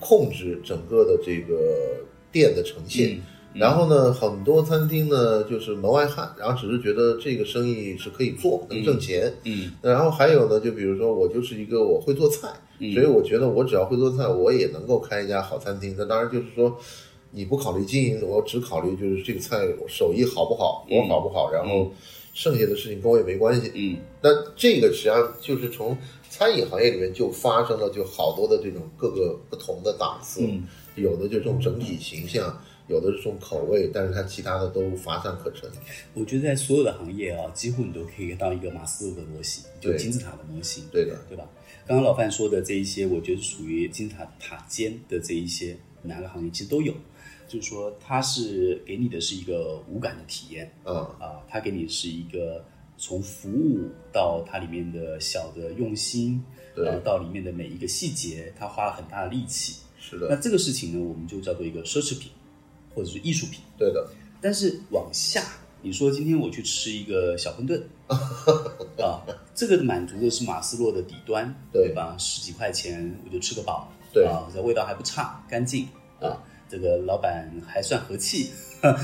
Speaker 1: 控制整个的这个店的呈现。
Speaker 2: 嗯
Speaker 1: 然后呢，很多餐厅呢就是门外汉，然后只是觉得这个生意是可以做，能挣钱。
Speaker 2: 嗯
Speaker 1: 然后还有呢，就比如说我就是一个我会做菜，
Speaker 2: 嗯
Speaker 1: 所以我觉得我只要会做菜，我也能够开一家好餐厅。那当然就是说，你不考虑经营，我只考虑就是这个菜手艺好不好，我好不好，然后剩下的事情跟我也没关系。
Speaker 2: 嗯，
Speaker 1: 那这个实际上就是从餐饮行业里面就发生了就好多的这种各个不同的档次，
Speaker 2: 嗯
Speaker 1: 有的就重整体形象，有的是重口味，但是它其他的都乏善可陈。
Speaker 2: 我觉得在所有的行业啊，几乎你都可以看到一个马斯洛的模型，就
Speaker 1: 对
Speaker 2: 金字塔的模型，
Speaker 1: 对的，
Speaker 2: 对吧？刚刚老范说的这一些，我觉得是属于金字塔塔尖的这一些，哪个行业其实都有。就是说，它是给你的是一个无感的体验
Speaker 1: 啊、
Speaker 2: 啊，它给你是一个从服务到它里面的小的用心，
Speaker 1: 对
Speaker 2: 然后到里面的每一个细节，它花了很大的力气。
Speaker 1: 是
Speaker 2: 那
Speaker 1: 的，
Speaker 2: 这个事情呢，我们就叫做一个奢侈品或者是艺术品。
Speaker 1: 对的，
Speaker 2: 但是往下，你说今天我去吃一个小 馄饨，啊，这个满足的是马斯洛的底端，
Speaker 1: 对
Speaker 2: 吧？十几块钱我就吃个饱，
Speaker 1: 对
Speaker 2: 啊，这味道还不差，干净啊，这个老板还算和气，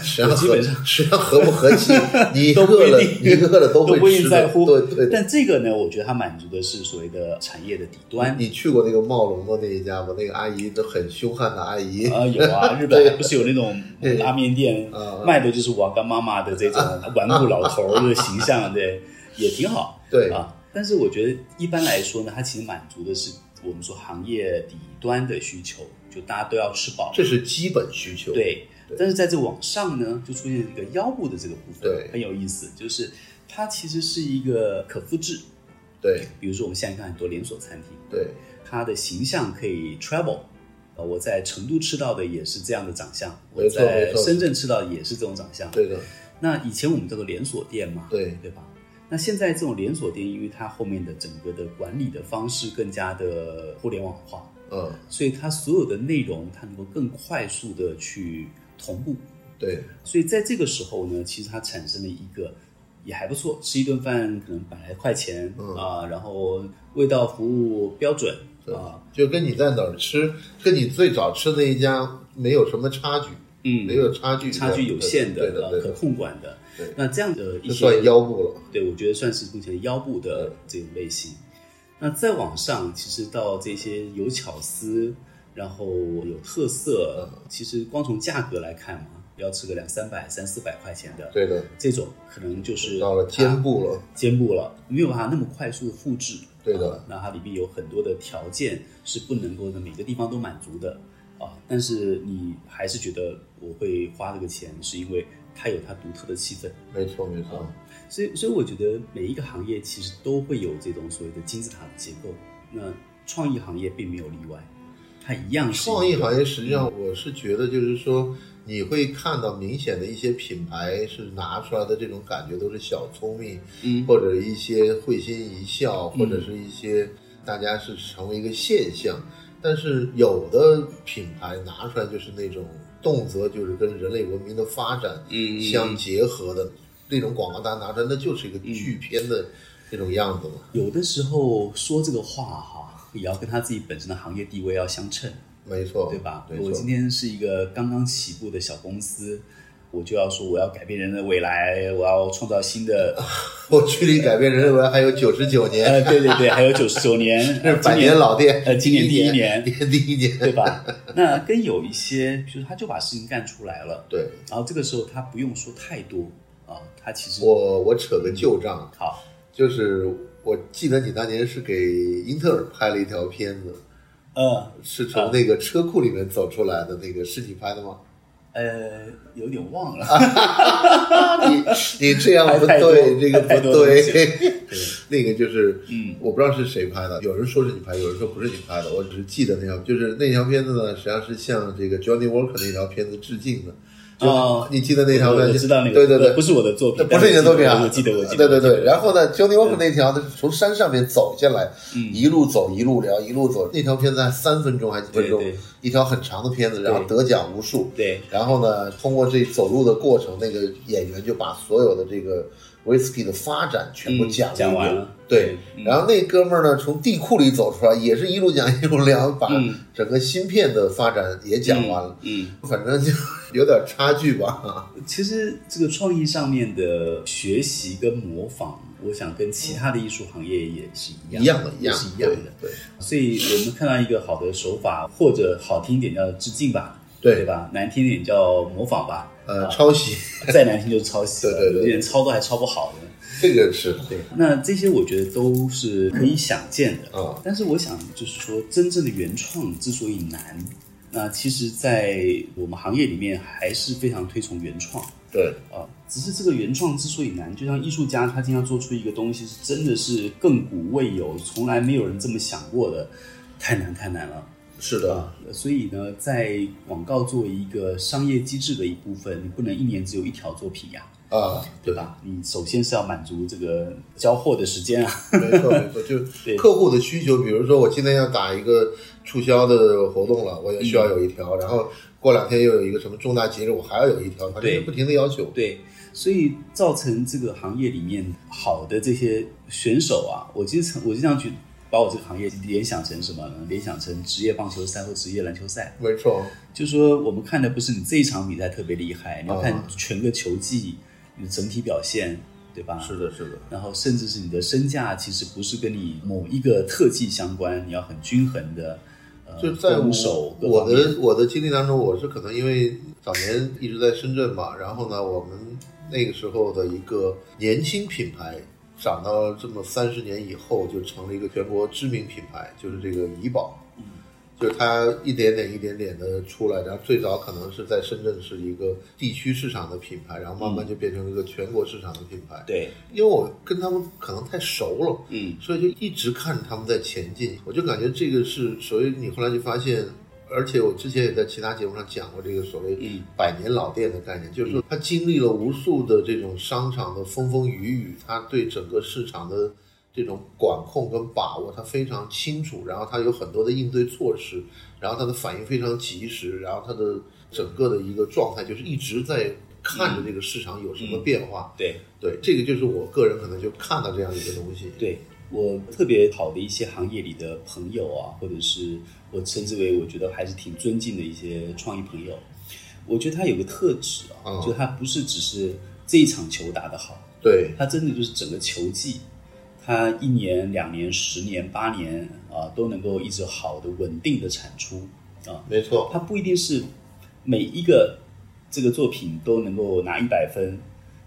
Speaker 1: 实际上
Speaker 2: 基
Speaker 1: 合
Speaker 2: 本上
Speaker 1: 实际上合不合 气，你
Speaker 2: 都不
Speaker 1: 饿
Speaker 2: 一
Speaker 1: 了，
Speaker 2: 定
Speaker 1: 你饿了 都
Speaker 2: 都
Speaker 1: 会
Speaker 2: 不一
Speaker 1: 吃
Speaker 2: 定
Speaker 1: 的
Speaker 2: 在乎。
Speaker 1: 对对。
Speaker 2: 但这个呢，我觉得它满足的是所谓的产业的底端。
Speaker 1: 你去过那个茂龙的那一家吗？那个阿姨都很凶悍的阿姨，
Speaker 2: 啊，有 啊，日本还不是有那种
Speaker 1: 嗯对
Speaker 2: 拉面店
Speaker 1: 啊
Speaker 2: 卖的就是瓦干妈妈的这种顽固老头儿的形象，对，也挺好。
Speaker 1: 对
Speaker 2: 啊，但是我觉得一般来说呢，它其实满足的是我们说行业底端的需求，就大家都要吃饱。
Speaker 1: 这是基本需求。
Speaker 2: 对
Speaker 1: 对，
Speaker 2: 但是在这往上呢，就出现一个腰部的这个部分，
Speaker 1: 对
Speaker 2: 很有意思，就是它其实是一个可复制。
Speaker 1: 对
Speaker 2: 比如说我们现在看很多连锁餐厅，
Speaker 1: 对
Speaker 2: 它的形象可以 travel。呃，我在成都吃到的也是这样的长相，我
Speaker 1: 没错
Speaker 2: 在
Speaker 1: 没错
Speaker 2: 深圳吃到的也是这种长相。
Speaker 1: 对的，
Speaker 2: 那以前我们叫做连锁店嘛，
Speaker 1: 对
Speaker 2: 对吧？那现在这种连锁店，因为它后面的整个的管理的方式更加的互联网化，
Speaker 1: 嗯
Speaker 2: 所以它所有的内容它能够更快速的去同步。
Speaker 1: 对
Speaker 2: 所以在这个时候呢，其实它产生了一个也还不错，吃一顿饭可能百来块钱啊、
Speaker 1: 嗯
Speaker 2: 然后味道服务标准啊、
Speaker 1: 就跟你在哪儿吃，跟你最早吃那一家没有什么差距，
Speaker 2: 嗯
Speaker 1: 没有差距的，
Speaker 2: 差距有限的
Speaker 1: 对的，
Speaker 2: 呃
Speaker 1: 对的对
Speaker 2: 可
Speaker 1: 的，
Speaker 2: 控管的
Speaker 1: 对，
Speaker 2: 那这样的一
Speaker 1: 这
Speaker 2: 些
Speaker 1: 算腰部了。
Speaker 2: 对，我觉得算是目前腰部的这种类型。那再往上，其实到这些有巧思，然后有特色，其实光从价格来看嘛，要吃个两三百、三四百块钱的
Speaker 1: 对的，
Speaker 2: 这种，可能就是啊
Speaker 1: 到了肩部了，
Speaker 2: 它肩部了，没有办法那么快速的复制。
Speaker 1: 对的
Speaker 2: 啊那它里面有很多的条件是不能够的，每个地方都满足的啊。但是你还是觉得我会花这个钱，是因为它有它独特的气氛。
Speaker 1: 没错没错。
Speaker 2: 所以，所以我觉得每一个行业其实都会有这种所谓的金字塔的结构。那创意行业并没有例外，它一样是
Speaker 1: 创意
Speaker 2: 业。
Speaker 1: 行业实际上我是觉得就是说，你会看到明显的一些品牌是拿出来的这种感觉都是小聪明，
Speaker 2: 嗯
Speaker 1: 或者一些会心一笑，或者是一些大家是成为一个现象。但是有的品牌拿出来就是那种动辄就是跟人类文明的发展
Speaker 2: 嗯
Speaker 1: 相结合的那种广告，大家拿出来那就是一个巨片的那种样子嘛。
Speaker 2: 有的时候说这个话哈，也要跟他自己本身的行业地位要相称，
Speaker 1: 没错，
Speaker 2: 对吧？
Speaker 1: 没
Speaker 2: 我
Speaker 1: 错
Speaker 2: 今，天是一个刚刚起步的小公司，我就要说我要改变人的未来，我要创造新的。
Speaker 1: 我距离改变人类文明还有九十九年。
Speaker 2: 呃，对对对，还有九十 九年，
Speaker 1: 是百
Speaker 2: 今年
Speaker 1: 年老店，
Speaker 2: 呃今年第一 年
Speaker 1: 第一 年，
Speaker 2: 对吧？那跟有一些，比如说他就把事情干出来了，
Speaker 1: 对
Speaker 2: 然后这个时候他不用说太多啊，他其实
Speaker 1: 我我扯个旧账，
Speaker 2: 好，
Speaker 1: 就是我记得你当年是给英特尔拍了一条片子，
Speaker 2: 呃
Speaker 1: 是从那个车库里面走出来的那个，是你拍的吗？
Speaker 2: 呃，有点
Speaker 1: 啊
Speaker 2: 忘了，
Speaker 1: 你你这样不
Speaker 2: 太多
Speaker 1: 对，这个
Speaker 2: 太
Speaker 1: 不
Speaker 2: 多东 西
Speaker 1: 对。那个就是，
Speaker 2: 嗯，
Speaker 1: 我不知道是谁拍的，有人说是你拍，有人说不是你拍的，我只是记得那条，就是那条片子呢，实际上是向这个 Johnny Walker 那条片子致敬的。就
Speaker 2: 哦
Speaker 1: 你记得那条
Speaker 2: 我
Speaker 1: 吗？
Speaker 2: 我知道那个，
Speaker 1: 对对对，
Speaker 2: 不是我的作
Speaker 1: 那
Speaker 2: 品，
Speaker 1: 不是你的作品啊？
Speaker 2: 我记得我记得，
Speaker 1: 对对对，然后呢，Johnny Walker 那条呢是从山上面走下来，
Speaker 2: 嗯
Speaker 1: 一路走一路聊一路走，那条片子才三分钟还是几分钟
Speaker 2: 对对，
Speaker 1: 一条很长的片子，然后得奖无数。
Speaker 2: 对，
Speaker 1: 然后呢，通过这走路的过程，那个演员就把所有的这个 whisky 的发展全部讲了一遍
Speaker 2: 嗯讲嗯完了
Speaker 1: 对，然后那哥们儿呢，从地库里走出来，也是一路讲一路聊，把
Speaker 2: 嗯
Speaker 1: 整个芯片的发展也讲完了。
Speaker 2: 嗯，
Speaker 1: 反正就有点差距吧。
Speaker 2: 其实这个创意上面的学习跟模仿，我想跟其他的艺术行业也是一样
Speaker 1: 一样的，一样
Speaker 2: 是
Speaker 1: 的，
Speaker 2: 一样的。
Speaker 1: 对。
Speaker 2: 所以我们看到一个好的手法，或者好听一点叫致敬吧，
Speaker 1: 对
Speaker 2: 对吧？难听一点叫模仿吧，
Speaker 1: 呃，抄袭
Speaker 2: 再难听就是抄袭了，
Speaker 1: 对对对
Speaker 2: 有些人抄都还抄不好的。
Speaker 1: 这个是
Speaker 2: 对，那这些我觉得都是可以想见的。
Speaker 1: 啊，
Speaker 2: 但是我想，就是说，真正的原创之所以难，那其实，在我们行业里面还是非常推崇原创
Speaker 1: 对，
Speaker 2: 啊。只是这个原创之所以难，就像艺术家他经常做出一个东西，是真的是亘古未有，从来没有人这么想过的，太难太难了。
Speaker 1: 是
Speaker 2: 啊，所以呢，在广告作为一个商业机制的一部分，你不能一年只有一条作品呀、
Speaker 1: 啊，
Speaker 2: 对吧？你首先是要满足这个交货的时间啊，
Speaker 1: 没错没错， 就
Speaker 2: 对
Speaker 1: 客户的需求，比如说我今天要打一个促销的活动了，我也需要有一条，然后过两天又有一个什么重大节日，我还要有一条，反正
Speaker 2: 对
Speaker 1: 就不停的要求。
Speaker 2: 对，所以造成这个行业里面好的这些选手啊，我经常我经常去把我这个行业联想成什么呢？联想成职业棒球赛或职业篮球赛，
Speaker 1: 没错，
Speaker 2: 就说我们看的不是你这一场比赛特别厉害，你要看
Speaker 1: 啊
Speaker 2: 全个球季你的整体表现，对吧？
Speaker 1: 是的，是的，
Speaker 2: 然后甚至是你的身价，其实不是跟你某一个特技相关，你要很均衡的，呃，
Speaker 1: 就在我
Speaker 2: 攻守各
Speaker 1: 我
Speaker 2: 方面。
Speaker 1: 的我的经历当中，我是可能因为早年一直在深圳嘛，然后呢，我们那个时候的一个年轻品牌。长到这么三十年以后，就成了一个全国知名品牌，就是这个怡宝。
Speaker 2: 嗯
Speaker 1: 就是它一点点一点点的出来，然后最早可能是在深圳是一个地区市场的品牌，然后
Speaker 2: 嗯
Speaker 1: 慢慢就变成了一个全国市场的品牌。
Speaker 2: 对，
Speaker 1: 因为我跟他们可能太熟了，
Speaker 2: 嗯，
Speaker 1: 所以就一直看着他们在前进，我就感觉这个是所谓你后来就发现，而且我之前也在其他节目上讲过这个所谓
Speaker 2: 嗯
Speaker 1: 百年老店的概念，就是说它经历了无数的这种商场的风风雨雨，它对整个市场的这种管控跟把握，它非常清楚，然后它有很多的应对措施，然后它的反应非常及时，然后它的整个的一个状态就是一直在看着这个市场有
Speaker 2: 嗯
Speaker 1: 什么变化。
Speaker 2: 对
Speaker 1: 对，这个就是我个人可能就看到这样一个东西。
Speaker 2: 对，我特别好的一些行业里的朋友啊，或者是我称之为我觉得还是挺尊敬的一些创意朋友，我觉得他有个特质
Speaker 1: 嗯
Speaker 2: 啊，就他不是只是这一场球打得好，
Speaker 1: 对
Speaker 2: 他真的就是整个球技，他一年、两年、十年、八年啊，都能够一直好的、稳定的产出啊。
Speaker 1: 没错，
Speaker 2: 他不一定是每一个这个作品都能够拿一百分，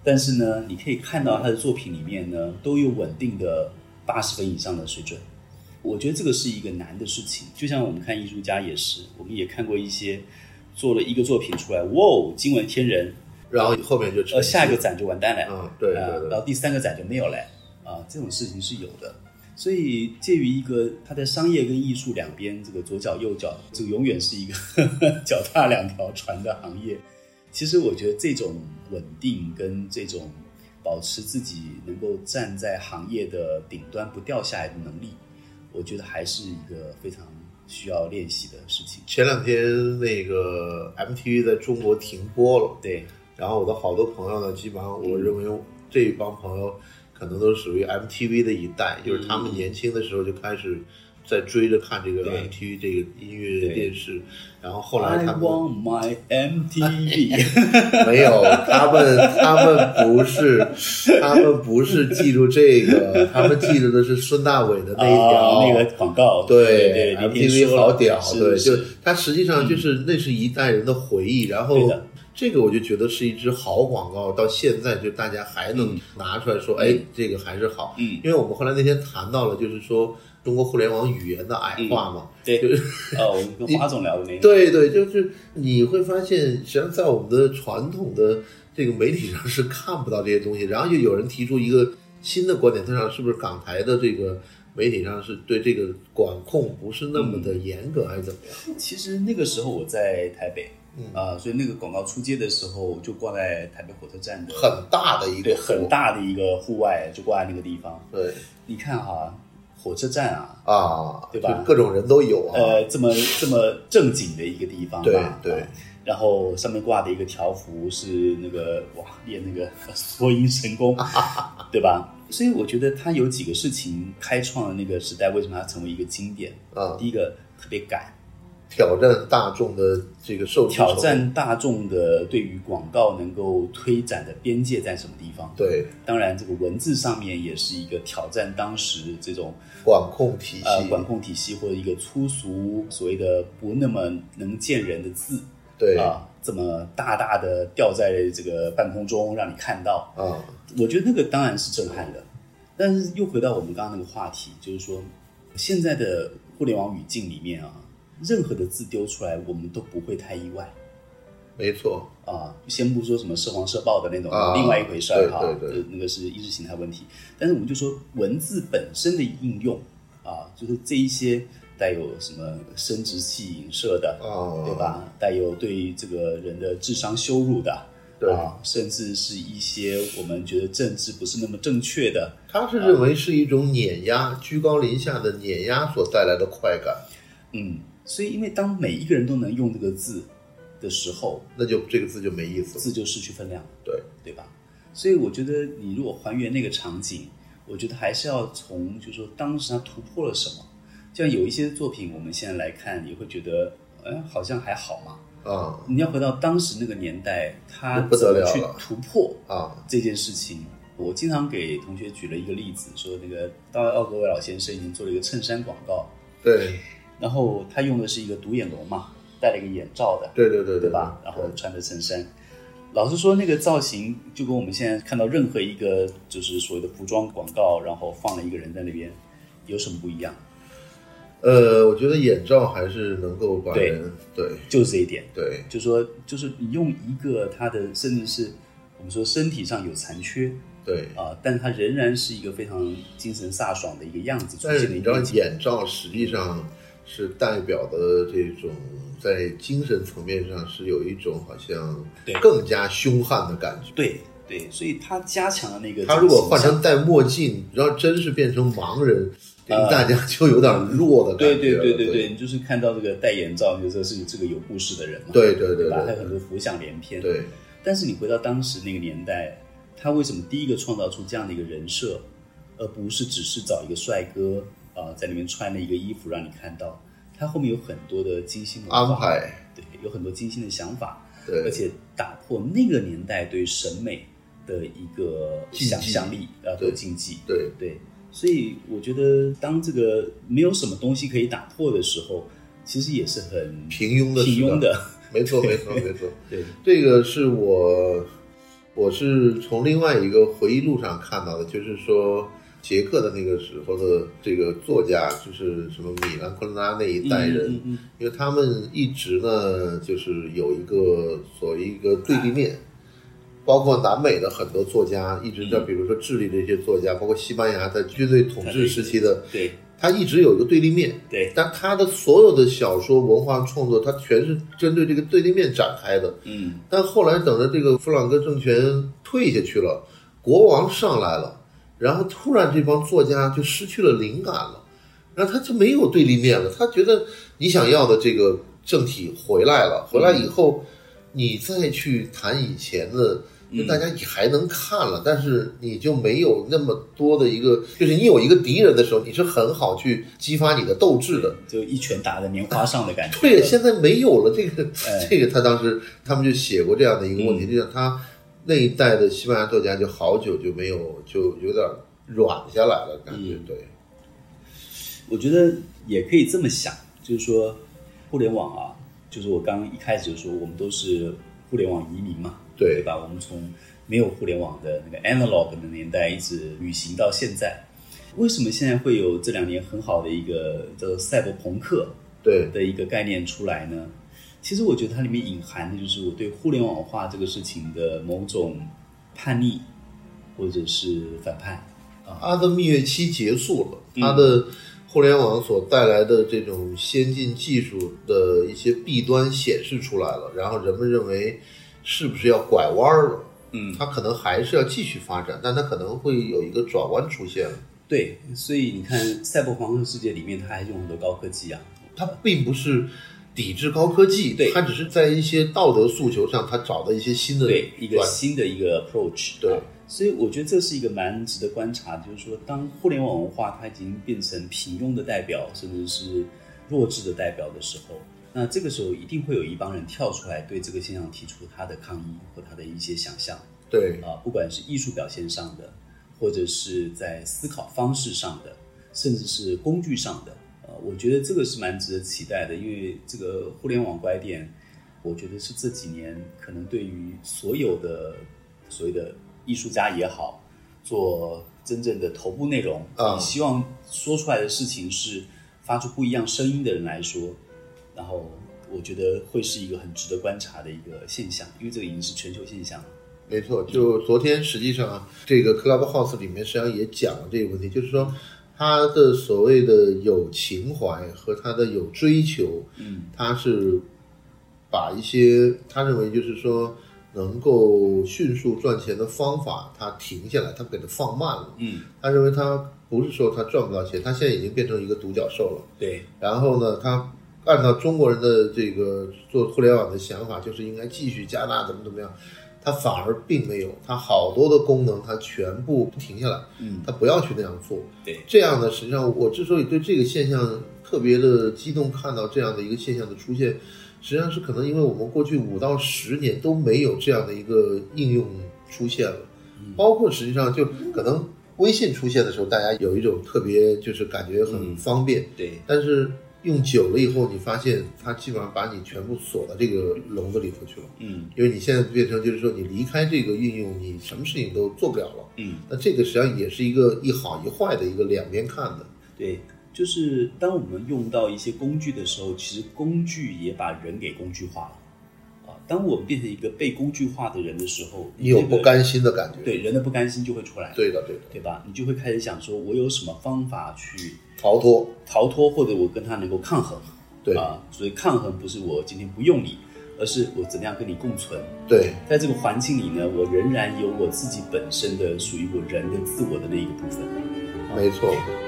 Speaker 2: 但是呢，你可以看到他的作品里面呢，都有稳定的八十分以上的水准。我觉得这个是一个难的事情，就像我们看艺术家也是，我们也看过一些做了一个作品出来，哇，哦，惊为天人，
Speaker 1: 然后后面就
Speaker 2: 呃，
Speaker 1: 沉
Speaker 2: 下一个
Speaker 1: 寂
Speaker 2: 展就完蛋了。
Speaker 1: 嗯，对
Speaker 2: 啊
Speaker 1: 对，
Speaker 2: 然
Speaker 1: 对，
Speaker 2: 后第三个展就没有了啊，这种事情是有的。所以介于一个他在商业跟艺术两边，这个左脚右脚，这个永远是一个 脚踏两条船的行业。其实我觉得这种稳定跟这种保持自己能够站在行业的顶端不掉下来的能力，我觉得还是一个非常需要练习的事情。
Speaker 1: 前两天那个 MTV 在中国停播了，
Speaker 2: 对，
Speaker 1: 然后我的好多朋友呢，基本上我认
Speaker 2: 嗯
Speaker 1: 为这一帮朋友可能都属于 MTV 的一代，就是他们年轻的时候就开始在追着看这个
Speaker 2: 嗯对
Speaker 1: MTV 这个音乐
Speaker 2: 对啊
Speaker 1: 电视，然后后来
Speaker 2: I
Speaker 1: 他们
Speaker 2: want my MTV，
Speaker 1: 没有，他们他们不是他们不是记住这个，他们记住的是孙大伟的那一条、
Speaker 2: 啊那个广告，对啊
Speaker 1: 对
Speaker 2: 对你听
Speaker 1: ，MTV
Speaker 2: 说了
Speaker 1: 好屌，
Speaker 2: 是嗯
Speaker 1: 对，就是它实际上就是那是一代人的回忆，然
Speaker 2: 对
Speaker 1: 后
Speaker 2: 的
Speaker 1: 这个我就觉得是一支好广告，到现在就大家还能拿出来说，哎，这个还是好，
Speaker 2: 嗯，
Speaker 1: 因为我们后来那天谈到了，就是说中国互联网语言的矮化嘛，
Speaker 2: 对，
Speaker 1: 就
Speaker 2: 呃，我们跟花总聊的那个，
Speaker 1: 对对，就是你会发现，实际上在我们的传统的这个媒体上是看不到这些东西，然后就有人提出一个新的观点，他想是不是港台的这个媒体上是对这个管控不是那么的严格，还是怎么样？
Speaker 2: 其实那个时候我在台北，啊、所以那个广告出街的时候就挂在台北火车站的
Speaker 1: 很大的一
Speaker 2: 对
Speaker 1: 个
Speaker 2: 很大的一个户外，就挂在那个地方。
Speaker 1: 对
Speaker 2: 你看哈、火车站啊，
Speaker 1: 啊，
Speaker 2: 对吧
Speaker 1: 就各种人都有啊，
Speaker 2: 呃，这么这么正经的一个地方
Speaker 1: 对
Speaker 2: 吧，
Speaker 1: 对
Speaker 2: 啊然后上面挂的一个条幅是那个哇，练那个 缩阴神功， 对吧？所以我觉得它有几个事情开创了那个时代，为什么它成为一个经典？
Speaker 1: 啊，
Speaker 2: 第一个特别敢，
Speaker 1: 挑战大众的这个受
Speaker 2: 挑战大众的对于广告能够推展的边界在什么地方？
Speaker 1: 对
Speaker 2: 当然，这个文字上面也是一个挑战当时这种
Speaker 1: 管控体系，
Speaker 2: 呃管控体系或者一个粗俗所谓的不那么能见人的字
Speaker 1: 对啊
Speaker 2: 啊，这么大大的吊在这个半空中让你看到，
Speaker 1: 啊
Speaker 2: 我觉得那个当然是震撼的。但是又回到我们刚刚那个话题，就是说现在的互联网语境里面啊，任何的字丢出来，我们都不会太意外。
Speaker 1: 没错，
Speaker 2: 啊，先不说什么涉黄涉暴的那种，
Speaker 1: 啊
Speaker 2: 另外一回事儿哈、
Speaker 1: 对对对
Speaker 2: 呃那个是意识形态问题。但是我们就说文字本身的应用啊，就是这一些带有什么生殖器影射的，
Speaker 1: 啊，
Speaker 2: 对？吧？带有对于这个人的智商羞辱的，
Speaker 1: 对
Speaker 2: 啊，甚至是一些我们觉得政治不是那么正确的，
Speaker 1: 他是认为是一种碾压，居高临下的碾压所带来的快感，
Speaker 2: 嗯。所以，因为当每一个人都能用这个字的时候，
Speaker 1: 那就这个字就没意思了。
Speaker 2: 字就失去分量了。
Speaker 1: 对
Speaker 2: 对吧？所以我觉得你如果还原那个场景，我觉得还是要从就是说当时他突破了什么。像有一些作品，我们现在来看，你会觉得，哎，好像还好嘛。
Speaker 1: 啊
Speaker 2: 你要回到当时那个年代，他
Speaker 1: 不
Speaker 2: 怎
Speaker 1: 得
Speaker 2: 么
Speaker 1: 了
Speaker 2: 去
Speaker 1: 了
Speaker 2: 突破
Speaker 1: 啊，
Speaker 2: 这件事情？我经常给同学举了一个例子，说那个大卫奥格威老先生已经做了一个衬衫广告，
Speaker 1: 对
Speaker 2: 然后他用的是一个独眼龙嘛，戴了一个眼罩的，
Speaker 1: 对对对
Speaker 2: 对吧？然后穿着衬衫。老实说，那个造型就跟我们现在看到任何一个就是所谓的服装广告，然后放了一个人在那边，有什么不一样？
Speaker 1: 呃，我觉得眼罩还是能够把
Speaker 2: 对
Speaker 1: 人对
Speaker 2: 就是这一点，
Speaker 1: 对
Speaker 2: 就说就是你用一个他的，甚至是我们说身体上有残缺
Speaker 1: 对，
Speaker 2: 啊、但他仍然是一个非常精神飒爽的一个样子出
Speaker 1: 但是
Speaker 2: 现的
Speaker 1: 你
Speaker 2: 一
Speaker 1: 知道
Speaker 2: 个景
Speaker 1: 眼罩实际上是代表的这种在精神层面上是有一种好像
Speaker 2: 对
Speaker 1: 更加凶悍的感觉。
Speaker 2: 对对，所以他加强了那个
Speaker 1: 他如果
Speaker 2: 形
Speaker 1: 换
Speaker 2: 象
Speaker 1: 成戴墨镜，然后真是变成盲人，给大家就有点弱的感
Speaker 2: 对
Speaker 1: 觉
Speaker 2: 呃对
Speaker 1: 了。
Speaker 2: 对对对，你就是看到这个戴眼罩，你就知道是这个有故事的人嘛，
Speaker 1: 对对对
Speaker 2: 吧？
Speaker 1: 对
Speaker 2: 还有很多浮想联翩，
Speaker 1: 对
Speaker 2: 但是你回到当时那个年代，他为什么第一个创造出这样的一个人设，而不是只是找一个帅哥啊、呃在里面穿了一个衣服让你看到？他后面有很多的精心的
Speaker 1: 安，排，
Speaker 2: 对，有很多精心的想法，而
Speaker 1: 对，
Speaker 2: 且打破那个年代对审美的一个
Speaker 1: 禁忌
Speaker 2: 想象力啊和
Speaker 1: 对
Speaker 2: 禁忌。
Speaker 1: 对，
Speaker 2: 对，所以我觉得当这个没有什么东西可以打破的时候，其实也是很
Speaker 1: 平庸的，
Speaker 2: 平庸，的。
Speaker 1: 没错，没错，没错。
Speaker 2: 对，
Speaker 1: 这个是我，我是从另外一个回忆录上看到的，就是说捷克的那个时候的这个作家，就是什么米兰昆德拉那一代人，
Speaker 2: 嗯嗯嗯
Speaker 1: 因为他们一直呢，就是有一个所谓一个对立面，包括南美的很多作家，一直在
Speaker 2: 嗯
Speaker 1: 比如说智利这些作家，包括西班牙在军队统治时期的，
Speaker 2: 对
Speaker 1: 他一直有一个对立面。
Speaker 2: 对，
Speaker 1: 但他的所有的小说文化创作，他全是针对这个对立面展开的。
Speaker 2: 嗯
Speaker 1: 但后来等着这个弗朗哥政权退下去了，国王上来了，然后突然这帮作家就失去了灵感了，然后他就没有对立面了。他觉得你想要的这个政体回来了，回来以后，你再去谈以前的。就大家也还能看了，但是你就没有那么多的一个，就是你有一个敌人的时候，你是很好去激发你的斗志的。
Speaker 2: 就一拳打在棉花上的感觉。
Speaker 1: 对，现在没有了这个
Speaker 2: 哎， 嗯
Speaker 1: 这个他当时他们就写过这样的一个问题，就像他那一代的西班牙作家就好久就没有，就有点软下来了，感
Speaker 2: 嗯
Speaker 1: 觉、对，
Speaker 2: 我觉得也可以这么想，就是说，互联网啊，就是我刚刚一开始就说，我们都是互联网移民嘛，
Speaker 1: 对
Speaker 2: 对吧？我们从没有互联网的那个 analog 的年代一直旅行到现在。为什么现在会有这两年很好的一个叫做赛博朋克
Speaker 1: 对，
Speaker 2: 的一个概念出来呢？其实我觉得它里面隐含的就是我对互联网化这个事情的某种叛逆或者是反叛。啊
Speaker 1: 他的蜜月期结束了，
Speaker 2: 嗯
Speaker 1: 他的互联网所带来的这种先进技术的一些弊端显示出来了，然后人们认为是不是要拐弯儿了？
Speaker 2: 嗯，
Speaker 1: 他可能还是要继续发展，但他可能会有一个转弯出现。
Speaker 2: 对，所以你看《赛博朋克世界》里面，它还用很多高科技啊。
Speaker 1: 他并不是抵制高科技，
Speaker 2: 对
Speaker 1: 他只是在一些道德诉求上，他找到一些新的
Speaker 2: 对，一个
Speaker 1: 转
Speaker 2: 新的一个 approach。
Speaker 1: 对
Speaker 2: 啊所以我觉得这是一个蛮值得观察的，就是说，当互联网文化它已经变成平庸的代表，甚至是弱智的代表的时候，那这个时候一定会有一帮人跳出来，对这个现象提出他的抗议和他的一些想象。
Speaker 1: 对
Speaker 2: 啊，不管是艺术表现上的，或者是在思考方式上的，甚至是工具上的，呃，我觉得这个是蛮值得期待的，因为这个互联网拐点，我觉得是这几年可能对于所有的所谓的艺术家也好，做真正的头部内容，
Speaker 1: 啊
Speaker 2: 你希望说出来的事情是发出不一样声音的人来说，然后。我觉得会是一个很值得观察的一个现象，因为这个已经是全球现象了。
Speaker 1: 没错。就昨天实际上这个 Clubhouse 里面实际上也讲了这个问题，就是说他的所谓的有情怀和他的有追求，
Speaker 2: 嗯，
Speaker 1: 他是把一些他认为就是说。能够迅速赚钱的方法，他停下来，他给它放慢了。
Speaker 2: 嗯，
Speaker 1: 他认为他不是说他赚不到钱，他现在已经变成一个独角兽了。
Speaker 2: 对，
Speaker 1: 然后呢，他按照中国人的这个做互联网的想法，就是应该继续加大怎么怎么样，他反而并没有，他好多的功能他全部停下来，
Speaker 2: 嗯，
Speaker 1: 他不要去那样做。
Speaker 2: 对，
Speaker 1: 这样呢，实际上我之所以对这个现象特别的激动，看到这样的一个现象的出现，实际上是可能因为我们过去五到十年都没有这样的一个应用出现了，包括实际上就可能微信出现的时候，大家有一种特别就是感觉很方便，
Speaker 2: 对，
Speaker 1: 但是用久了以后，你发现它基本上把你全部锁到这个笼子里头去了，
Speaker 2: 嗯
Speaker 1: 因为你现在变成就是说你离开这个运用，你什么事情都做不了了。
Speaker 2: 嗯，
Speaker 1: 那这个实际上也是一个一好一坏的一个两边看的，
Speaker 2: 对，就是当我们用到一些工具的时候，其实工具也把人给工具化了啊。当我们变成一个被工具化的人的时候，
Speaker 1: 你有
Speaker 2: 这个
Speaker 1: 不甘心的感觉。
Speaker 2: 对人的不甘心就会出来，
Speaker 1: 对的，对的，
Speaker 2: 对吧？你就会开始想说，我有什么方法去
Speaker 1: 逃脱，
Speaker 2: 逃脱，或者我跟他能够抗衡？
Speaker 1: 对
Speaker 2: 啊，所以抗衡不是我今天不用你，而是我怎么样跟你共存。
Speaker 1: 对
Speaker 2: 在这个环境里呢，我仍然有我自己本身的属于我人的自我的那一个部分。
Speaker 1: 啊没错。
Speaker 2: 好